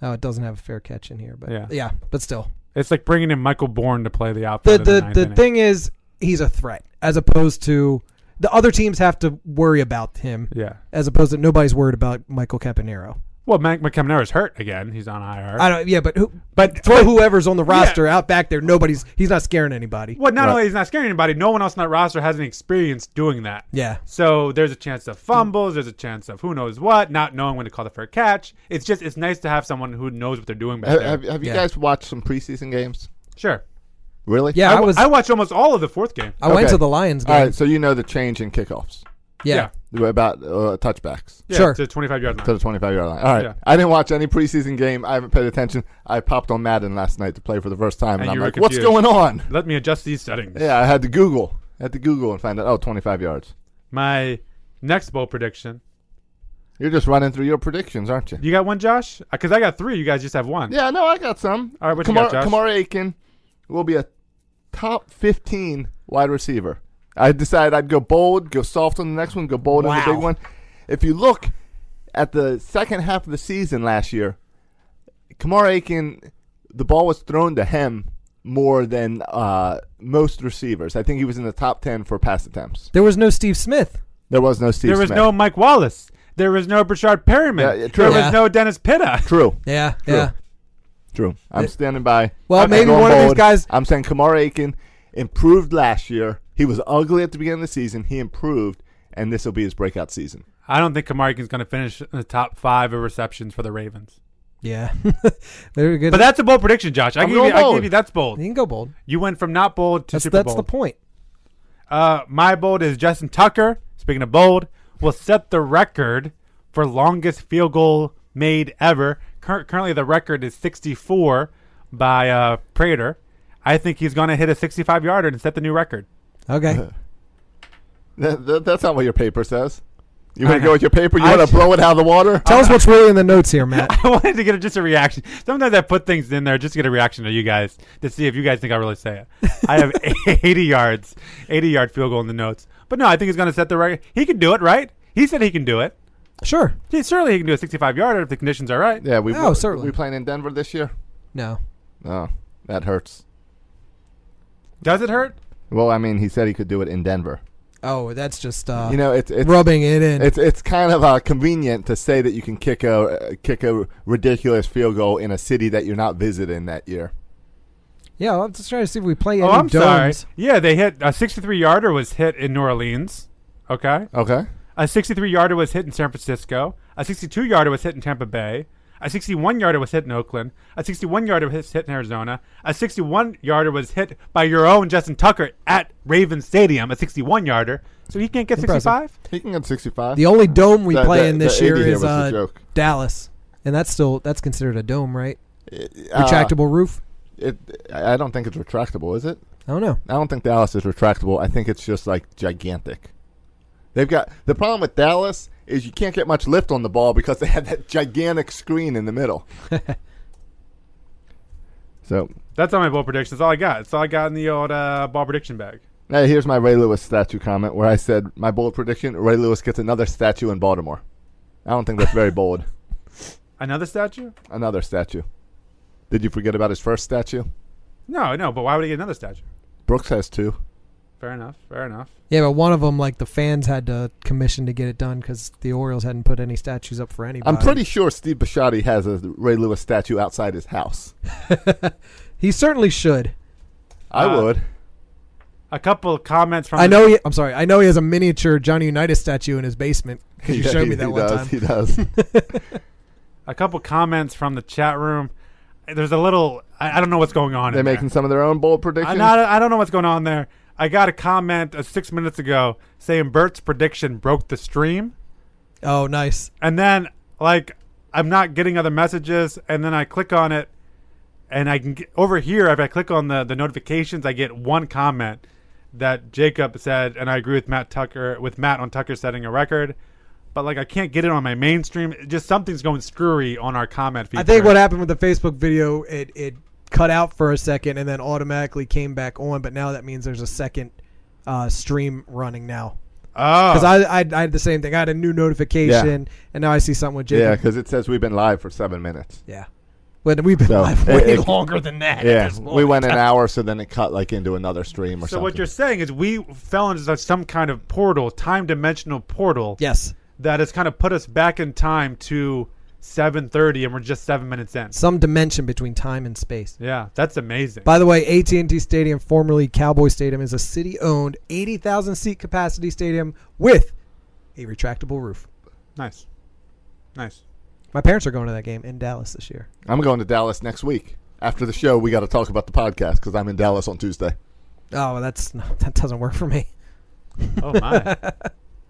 Speaker 7: Oh, it doesn't have a fair catch in here, but
Speaker 5: Yeah.
Speaker 7: yeah, but still,
Speaker 5: it's like bringing in Michael Bourne to play the
Speaker 7: the
Speaker 5: outfield. in
Speaker 7: the,
Speaker 5: ninth
Speaker 7: the
Speaker 5: inning.
Speaker 7: thing is, he's a threat as opposed to the other teams have to worry about him.
Speaker 5: Yeah.
Speaker 7: as opposed to nobody's worried about Michael Campanero.
Speaker 5: Well, Mac McCamnero's hurt again. He's on IR.
Speaker 7: I don't. Yeah, but who?
Speaker 5: But-
Speaker 7: throw
Speaker 5: but-
Speaker 7: whoever's on the roster out back there. Nobody's. He's not scaring anybody.
Speaker 5: Well, not only is he not scaring anybody, no one else on that roster has any experience doing that.
Speaker 7: Yeah.
Speaker 5: So there's a chance of fumbles. There's a chance of who knows what, not knowing when to call the fair catch. It's just it's nice to have someone who knows what they're doing back
Speaker 3: Have,
Speaker 5: there.
Speaker 3: have, have you guys watched some preseason games?
Speaker 5: Sure.
Speaker 3: Really?
Speaker 7: Yeah, I,
Speaker 5: I,
Speaker 7: was.
Speaker 5: I watched almost all of the fourth game.
Speaker 7: I went
Speaker 3: Okay.
Speaker 7: to the Lions game.
Speaker 3: All right, so you know the change in kickoffs
Speaker 7: yeah.
Speaker 5: yeah.
Speaker 3: about uh, touchbacks
Speaker 5: Yeah,
Speaker 7: Sure.
Speaker 5: To 25 yard line.
Speaker 3: to the 25 yard line. All right.
Speaker 5: Yeah.
Speaker 3: I didn't watch any preseason game. I haven't paid attention. I popped on Madden last night to play for the first time, and,
Speaker 5: you
Speaker 3: I'm
Speaker 5: were
Speaker 3: like, what's
Speaker 5: confused.
Speaker 3: going on?
Speaker 5: Let me adjust these settings.
Speaker 3: Yeah, I had to Google. I had to Google and find out, oh, 25 yards.
Speaker 5: My next bowl prediction.
Speaker 3: You're just running through your predictions, aren't you?
Speaker 5: You got one, Josh? Because I got three. You guys just have one.
Speaker 3: Yeah, no, I got some.
Speaker 5: All right, what you
Speaker 3: Kamara,
Speaker 5: got, Josh?
Speaker 3: Kamara Aiken will be a top 15 wide receiver. I decided I'd go bold, go soft on the next one, go bold on the big one. If you look at the second half of the season last year, Kamara Aiken, the ball was thrown to him more than uh, most receivers. I think he was in the top 10 for pass attempts.
Speaker 7: There was no Steve Smith.
Speaker 3: There was no Steve
Speaker 5: There was
Speaker 3: Smith.
Speaker 5: no Mike Wallace. There was no Brashard Perryman.
Speaker 3: Yeah, yeah, true.
Speaker 5: There
Speaker 7: Yeah.
Speaker 5: was no Dennis Pitta.
Speaker 3: True.
Speaker 7: Yeah.
Speaker 3: True.
Speaker 7: Yeah.
Speaker 3: True. I'm standing by.
Speaker 7: Well,
Speaker 3: I'm
Speaker 7: maybe
Speaker 3: going
Speaker 7: one of these guys-
Speaker 3: I'm saying Kamara Aiken improved last year. He was ugly at the beginning of the season. He improved, and this will be his breakout season.
Speaker 5: I don't think Kamari is going to finish in the top five of receptions for the Ravens.
Speaker 7: Yeah. Very good.
Speaker 5: But that's a bold prediction, Josh. I
Speaker 3: I'm
Speaker 5: gave you,
Speaker 3: going
Speaker 5: I
Speaker 3: bold.
Speaker 5: gave you that's bold.
Speaker 7: you can go bold.
Speaker 5: You went from not bold to
Speaker 7: That's
Speaker 5: super
Speaker 7: that's
Speaker 5: bold.
Speaker 7: the point.
Speaker 5: Uh, my bold is Justin Tucker. Speaking of bold, will set the record for longest field goal made ever. Cur- currently, the record is 64 by uh, Prater. I think he's going to hit a 65 yarder and set the new record.
Speaker 7: Okay.
Speaker 3: That, that, that's not what your paper says. You want
Speaker 5: I
Speaker 3: to go with your paper? You
Speaker 5: I
Speaker 3: want
Speaker 5: ju-
Speaker 3: to blow it out of the water?
Speaker 7: Tell us what's really in the notes here, Matt.
Speaker 5: I wanted to get a, just a reaction. Sometimes I put things in there just to get a reaction to you guys to see if you guys think I really say it. I have 80 yards, 80 yard field goal in the notes. But no, I think he's going to set the record. He can do it, right? He said he can do it.
Speaker 7: Sure.
Speaker 5: He, certainly he can do a 65 yarder if the conditions are right.
Speaker 3: Uh, Yeah, we
Speaker 7: Oh,
Speaker 3: we-
Speaker 7: certainly.
Speaker 3: we playing in Denver this year.
Speaker 7: No.
Speaker 3: Oh, that hurts.
Speaker 5: Does it hurt?
Speaker 3: Well, I mean, he said he could do it in Denver.
Speaker 7: Oh, that's just uh,
Speaker 3: you know, it's, it's
Speaker 7: rubbing it in.
Speaker 3: It's it's kind of uh, convenient to say that you can kick a kick a ridiculous field goal in a city that you're not visiting that year.
Speaker 7: yeah, I'm just trying to see if we play any
Speaker 5: Oh, I'm sorry.
Speaker 7: domes.
Speaker 5: Yeah, they hit a 63 yarder was hit in New Orleans. Okay.
Speaker 3: Okay.
Speaker 5: A 63 yarder was hit in San Francisco. A 62 yarder was hit in Tampa Bay. A 61 yarder was hit in Oakland. A 61 yarder was hit in Arizona. A 61 yarder was hit by your own Justin Tucker at Raven Stadium. A 61 yarder. So he can't get
Speaker 7: Impressive.
Speaker 5: 65.
Speaker 3: He can get 65.
Speaker 7: The only dome we
Speaker 3: The-
Speaker 7: play
Speaker 3: the-
Speaker 7: in this
Speaker 3: the
Speaker 7: year
Speaker 3: 80 here was
Speaker 7: is
Speaker 3: the
Speaker 7: uh,
Speaker 3: joke.
Speaker 7: Dallas, and that's still that's considered a dome, right?
Speaker 3: uh,
Speaker 7: Retractable roof.
Speaker 3: It I I don't think it's retractable, is it?
Speaker 7: I don't know.
Speaker 3: I don't think Dallas is retractable. I think it's just like gigantic. They've got the problem with Dallas is you can't get much lift on the ball because they have that gigantic screen in the middle. so
Speaker 5: That's all my bowl predictions. That's all I got. That's all I got in the old uh, ball prediction bag.
Speaker 3: Hey, here's my Ray Lewis statue comment where I said my bold prediction: Ray Lewis gets another statue in Baltimore. I don't think that's very bold.
Speaker 5: Another statue?
Speaker 3: Another statue. Did you forget about his first statue?
Speaker 5: No, no. But why would he get another statue?
Speaker 3: Brooks has two.
Speaker 5: Fair enough. Fair enough.
Speaker 7: Yeah, but one of them, like the fans had to commission to get it done because the Orioles hadn't put any statues up for anybody.
Speaker 3: I'm pretty sure Steve Bisciotti has a Ray Lewis statue outside his house.
Speaker 7: He certainly should.
Speaker 3: I
Speaker 5: Uh,
Speaker 3: would.
Speaker 5: A couple of comments from
Speaker 7: I
Speaker 5: the-
Speaker 7: know. He, I'm sorry. I know he has a miniature Johnny Unitas statue in his basement because you
Speaker 3: He-
Speaker 7: showed
Speaker 3: he-
Speaker 7: me that
Speaker 3: he
Speaker 7: one
Speaker 3: does,
Speaker 7: time.
Speaker 3: He does.
Speaker 5: a couple comments from the chat room. There's a little. I, I don't know what's going on.
Speaker 3: They're
Speaker 5: in there.
Speaker 3: making some of their own bold predictions.
Speaker 5: I, not, I don't know what's going on there. I got a comment uh, six minutes ago saying Bert's prediction broke the stream,
Speaker 7: Oh, nice.
Speaker 5: and then like I'm not getting other messages, and then I click on it, and I can get, over here if I click on the the notifications, I get one comment that Jacob said, and I agree with Matt Tucker with Matt on Tucker setting a record. But like I can't get it on my mainstream. Just something's going screwy on our comment feature.
Speaker 7: I think what happened with the Facebook video, it it cut out for a second and then automatically came back on. But now that means there's a second uh, stream running now.
Speaker 5: Oh,
Speaker 7: Because I, I I had the same thing. I had a new notification, and now I see something with
Speaker 3: yeah,
Speaker 7: Jacob.
Speaker 3: because it says we've been live for seven minutes.
Speaker 7: Yeah, But we've been
Speaker 3: So, eh,
Speaker 7: live
Speaker 3: it-
Speaker 7: way
Speaker 3: it-
Speaker 7: longer than that.
Speaker 3: Yeah,
Speaker 7: There's
Speaker 3: we
Speaker 7: long
Speaker 3: went an
Speaker 7: time.
Speaker 3: hour, so then it cut like into another stream or
Speaker 5: So
Speaker 3: something.
Speaker 5: what you're saying is we fell into some kind of portal, time dimensional portal.
Speaker 7: Yes.
Speaker 5: That has kind of put us back in time to 7:30, and we're just seven minutes in.
Speaker 7: Some dimension between time and space.
Speaker 5: Yeah, that's amazing.
Speaker 7: By the way, AT&T Stadium, formerly Cowboy Stadium, is a city-owned 80,000 seat capacity stadium with a retractable roof.
Speaker 5: nice, nice.
Speaker 7: My parents are going to that game in Dallas this year.
Speaker 3: I'm going to Dallas next week. After the show, we got to talk about the podcast because I'm in Dallas on Tuesday.
Speaker 7: Oh, well, that's no, that doesn't work for me.
Speaker 5: Oh my,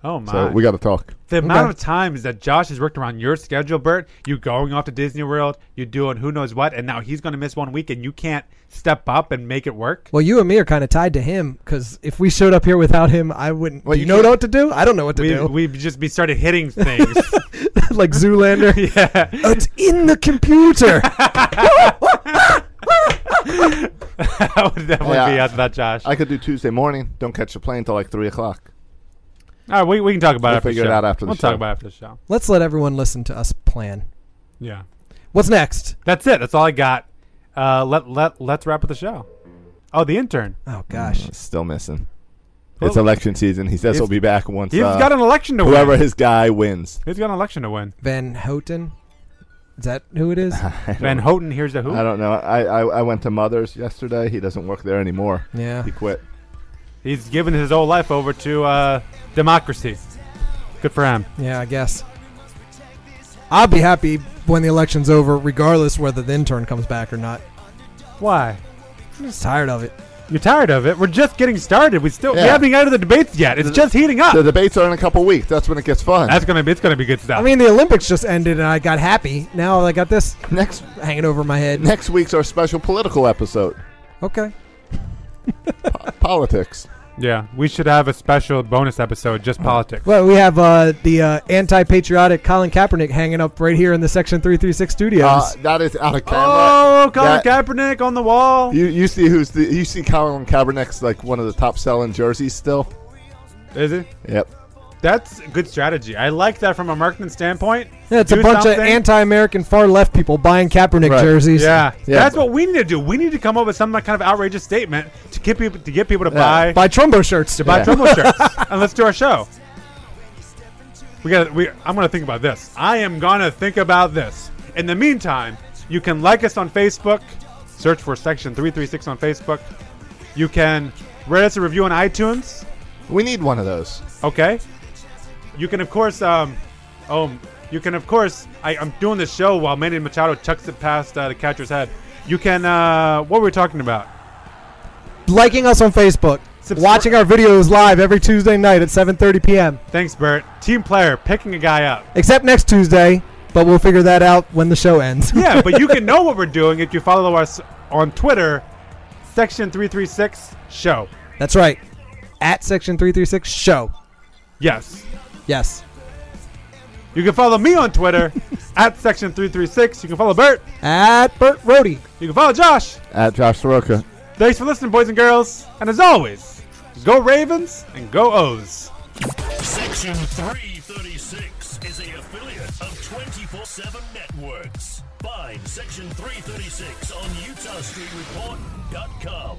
Speaker 5: oh my.
Speaker 3: So we got to talk.
Speaker 5: the amount
Speaker 7: Okay.
Speaker 5: of times that Josh has worked around your schedule, Bert. You going off to Disney World, you doing who knows what, and now he's going to miss one week, and you can't step up and make it work.
Speaker 7: Well, you and me are kind of tied to him because if we showed up here without him, I wouldn't.
Speaker 3: Well,
Speaker 7: do
Speaker 3: you
Speaker 7: you know
Speaker 3: can't-
Speaker 7: what to do? I don't know what to
Speaker 5: We
Speaker 7: do.
Speaker 5: we just be started hitting things.
Speaker 7: like Zoolander.
Speaker 5: yeah.
Speaker 7: It's in the computer.
Speaker 5: that would definitely
Speaker 3: Yeah.
Speaker 5: be after that, Josh.
Speaker 3: I could do Tuesday morning. Don't catch the plane till like three o'clock.
Speaker 5: All right, we, we can talk about
Speaker 3: We'll
Speaker 5: it after
Speaker 3: figure it
Speaker 5: the show.
Speaker 3: out after the
Speaker 5: we'll
Speaker 3: show.
Speaker 5: talk about it after the show.
Speaker 7: Let's let everyone listen to us plan.
Speaker 5: Yeah,
Speaker 7: What's next?
Speaker 5: that's it. That's all I got. Uh, let let let's wrap up the show. Oh, the intern.
Speaker 7: Oh gosh,
Speaker 5: Mm.
Speaker 3: Still missing. it's
Speaker 5: Well,
Speaker 3: election season. He says
Speaker 5: he's-
Speaker 3: he'll be back once.
Speaker 5: He's
Speaker 3: uh,
Speaker 5: got an election to
Speaker 3: whoever
Speaker 5: win.
Speaker 3: his guy wins.
Speaker 5: He's got an election to win.
Speaker 7: Van Houten. Is that who it is?
Speaker 5: Van Houten here's the who.
Speaker 3: I don't know. I, I I went to Mother's yesterday. He doesn't work there anymore.
Speaker 7: Yeah.
Speaker 3: He quit.
Speaker 5: He's given his whole life over to uh, democracy. Good for him.
Speaker 7: Yeah, I guess. I'll be happy when the election's over, regardless whether the intern comes back or not.
Speaker 5: Why?
Speaker 7: I'm just tired of it.
Speaker 5: You're tired of it. We're just getting started. We still
Speaker 3: Yeah.
Speaker 5: we haven't even got to the debates yet. It's just heating up.
Speaker 3: The debates are in a couple weeks. That's when it gets fun.
Speaker 5: That's gonna be it's gonna be good stuff.
Speaker 7: I mean, the Olympics just ended, and I got happy. Now I got this
Speaker 3: next
Speaker 7: hanging over my head.
Speaker 3: next week's our special political episode.
Speaker 7: Okay.
Speaker 3: Politics.
Speaker 5: Yeah, we should have a special bonus episode
Speaker 3: Oh.
Speaker 5: just politics.
Speaker 7: Well, we have uh, the uh, anti-patriotic Colin Kaepernick hanging up right here in the Section 336 studios.
Speaker 3: Uh, that is out of camera.
Speaker 5: Oh, Colin Kaepernick on the wall.
Speaker 3: You you see who's the you see Colin Kaepernick's like one of the top selling jerseys still.
Speaker 5: Is it?
Speaker 3: Yep.
Speaker 5: That's a good strategy. I like that from a marketing standpoint.
Speaker 7: yeah, it's a
Speaker 5: Do
Speaker 7: bunch of
Speaker 5: something.
Speaker 7: anti-American far-left people buying Kaepernick jerseys.
Speaker 5: Yeah. that's what we need to do. We need to come up with some kind of outrageous statement to get people to get people to buy
Speaker 7: buy Trumbo shirts.
Speaker 5: to buy Trumbo shirts, and let's do our show. We got. We. I'm gonna think about this. I am gonna think about this. In the meantime, you can like us on Facebook. Search for Section 336 on Facebook. You can rate us a review on iTunes.
Speaker 3: We need one of those.
Speaker 5: Okay. You can of course. Um. Oh. You can of course. I, I'm doing the show while Manny Machado chucks it past uh, the catcher's head. You can. Uh, what were we talking about?
Speaker 7: Liking us on Facebook, watching our videos live every Tuesday night at 7:30 p.m.
Speaker 5: Thanks, Bert. Team player picking a guy up.
Speaker 7: Except next Tuesday, but we'll figure that out when the show ends.
Speaker 5: yeah, but you can know what we're doing if you follow us on Twitter, Section 336 Show.
Speaker 7: That's right. At Section 336 Show.
Speaker 5: Yes.
Speaker 7: Yes.
Speaker 5: You can follow me on Twitter, at Section 336. You can follow Bert.
Speaker 7: At Bert Rohde.
Speaker 5: You can follow Josh.
Speaker 3: At Josh Soroka.
Speaker 5: Thanks for listening, boys and girls. And as always, go Ravens and go O's.
Speaker 13: Section 336 is a affiliate of 24 7 Networks. Find Section 336 on UtahStreetReport.com.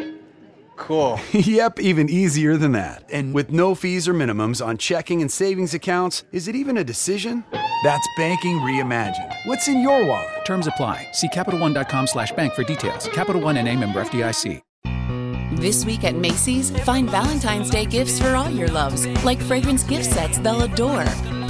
Speaker 14: Cool. yep, even easier than that. And with no fees or minimums on checking and savings accounts, is it even a decision? That's banking reimagined. What's in your wallet?
Speaker 15: Terms apply. See CapitalOne.com slash bank for details. Capital One and a member FDIC.
Speaker 2: This week at Macy's, find Valentine's Day gifts for all your loves, like fragrance gift sets they'll adore.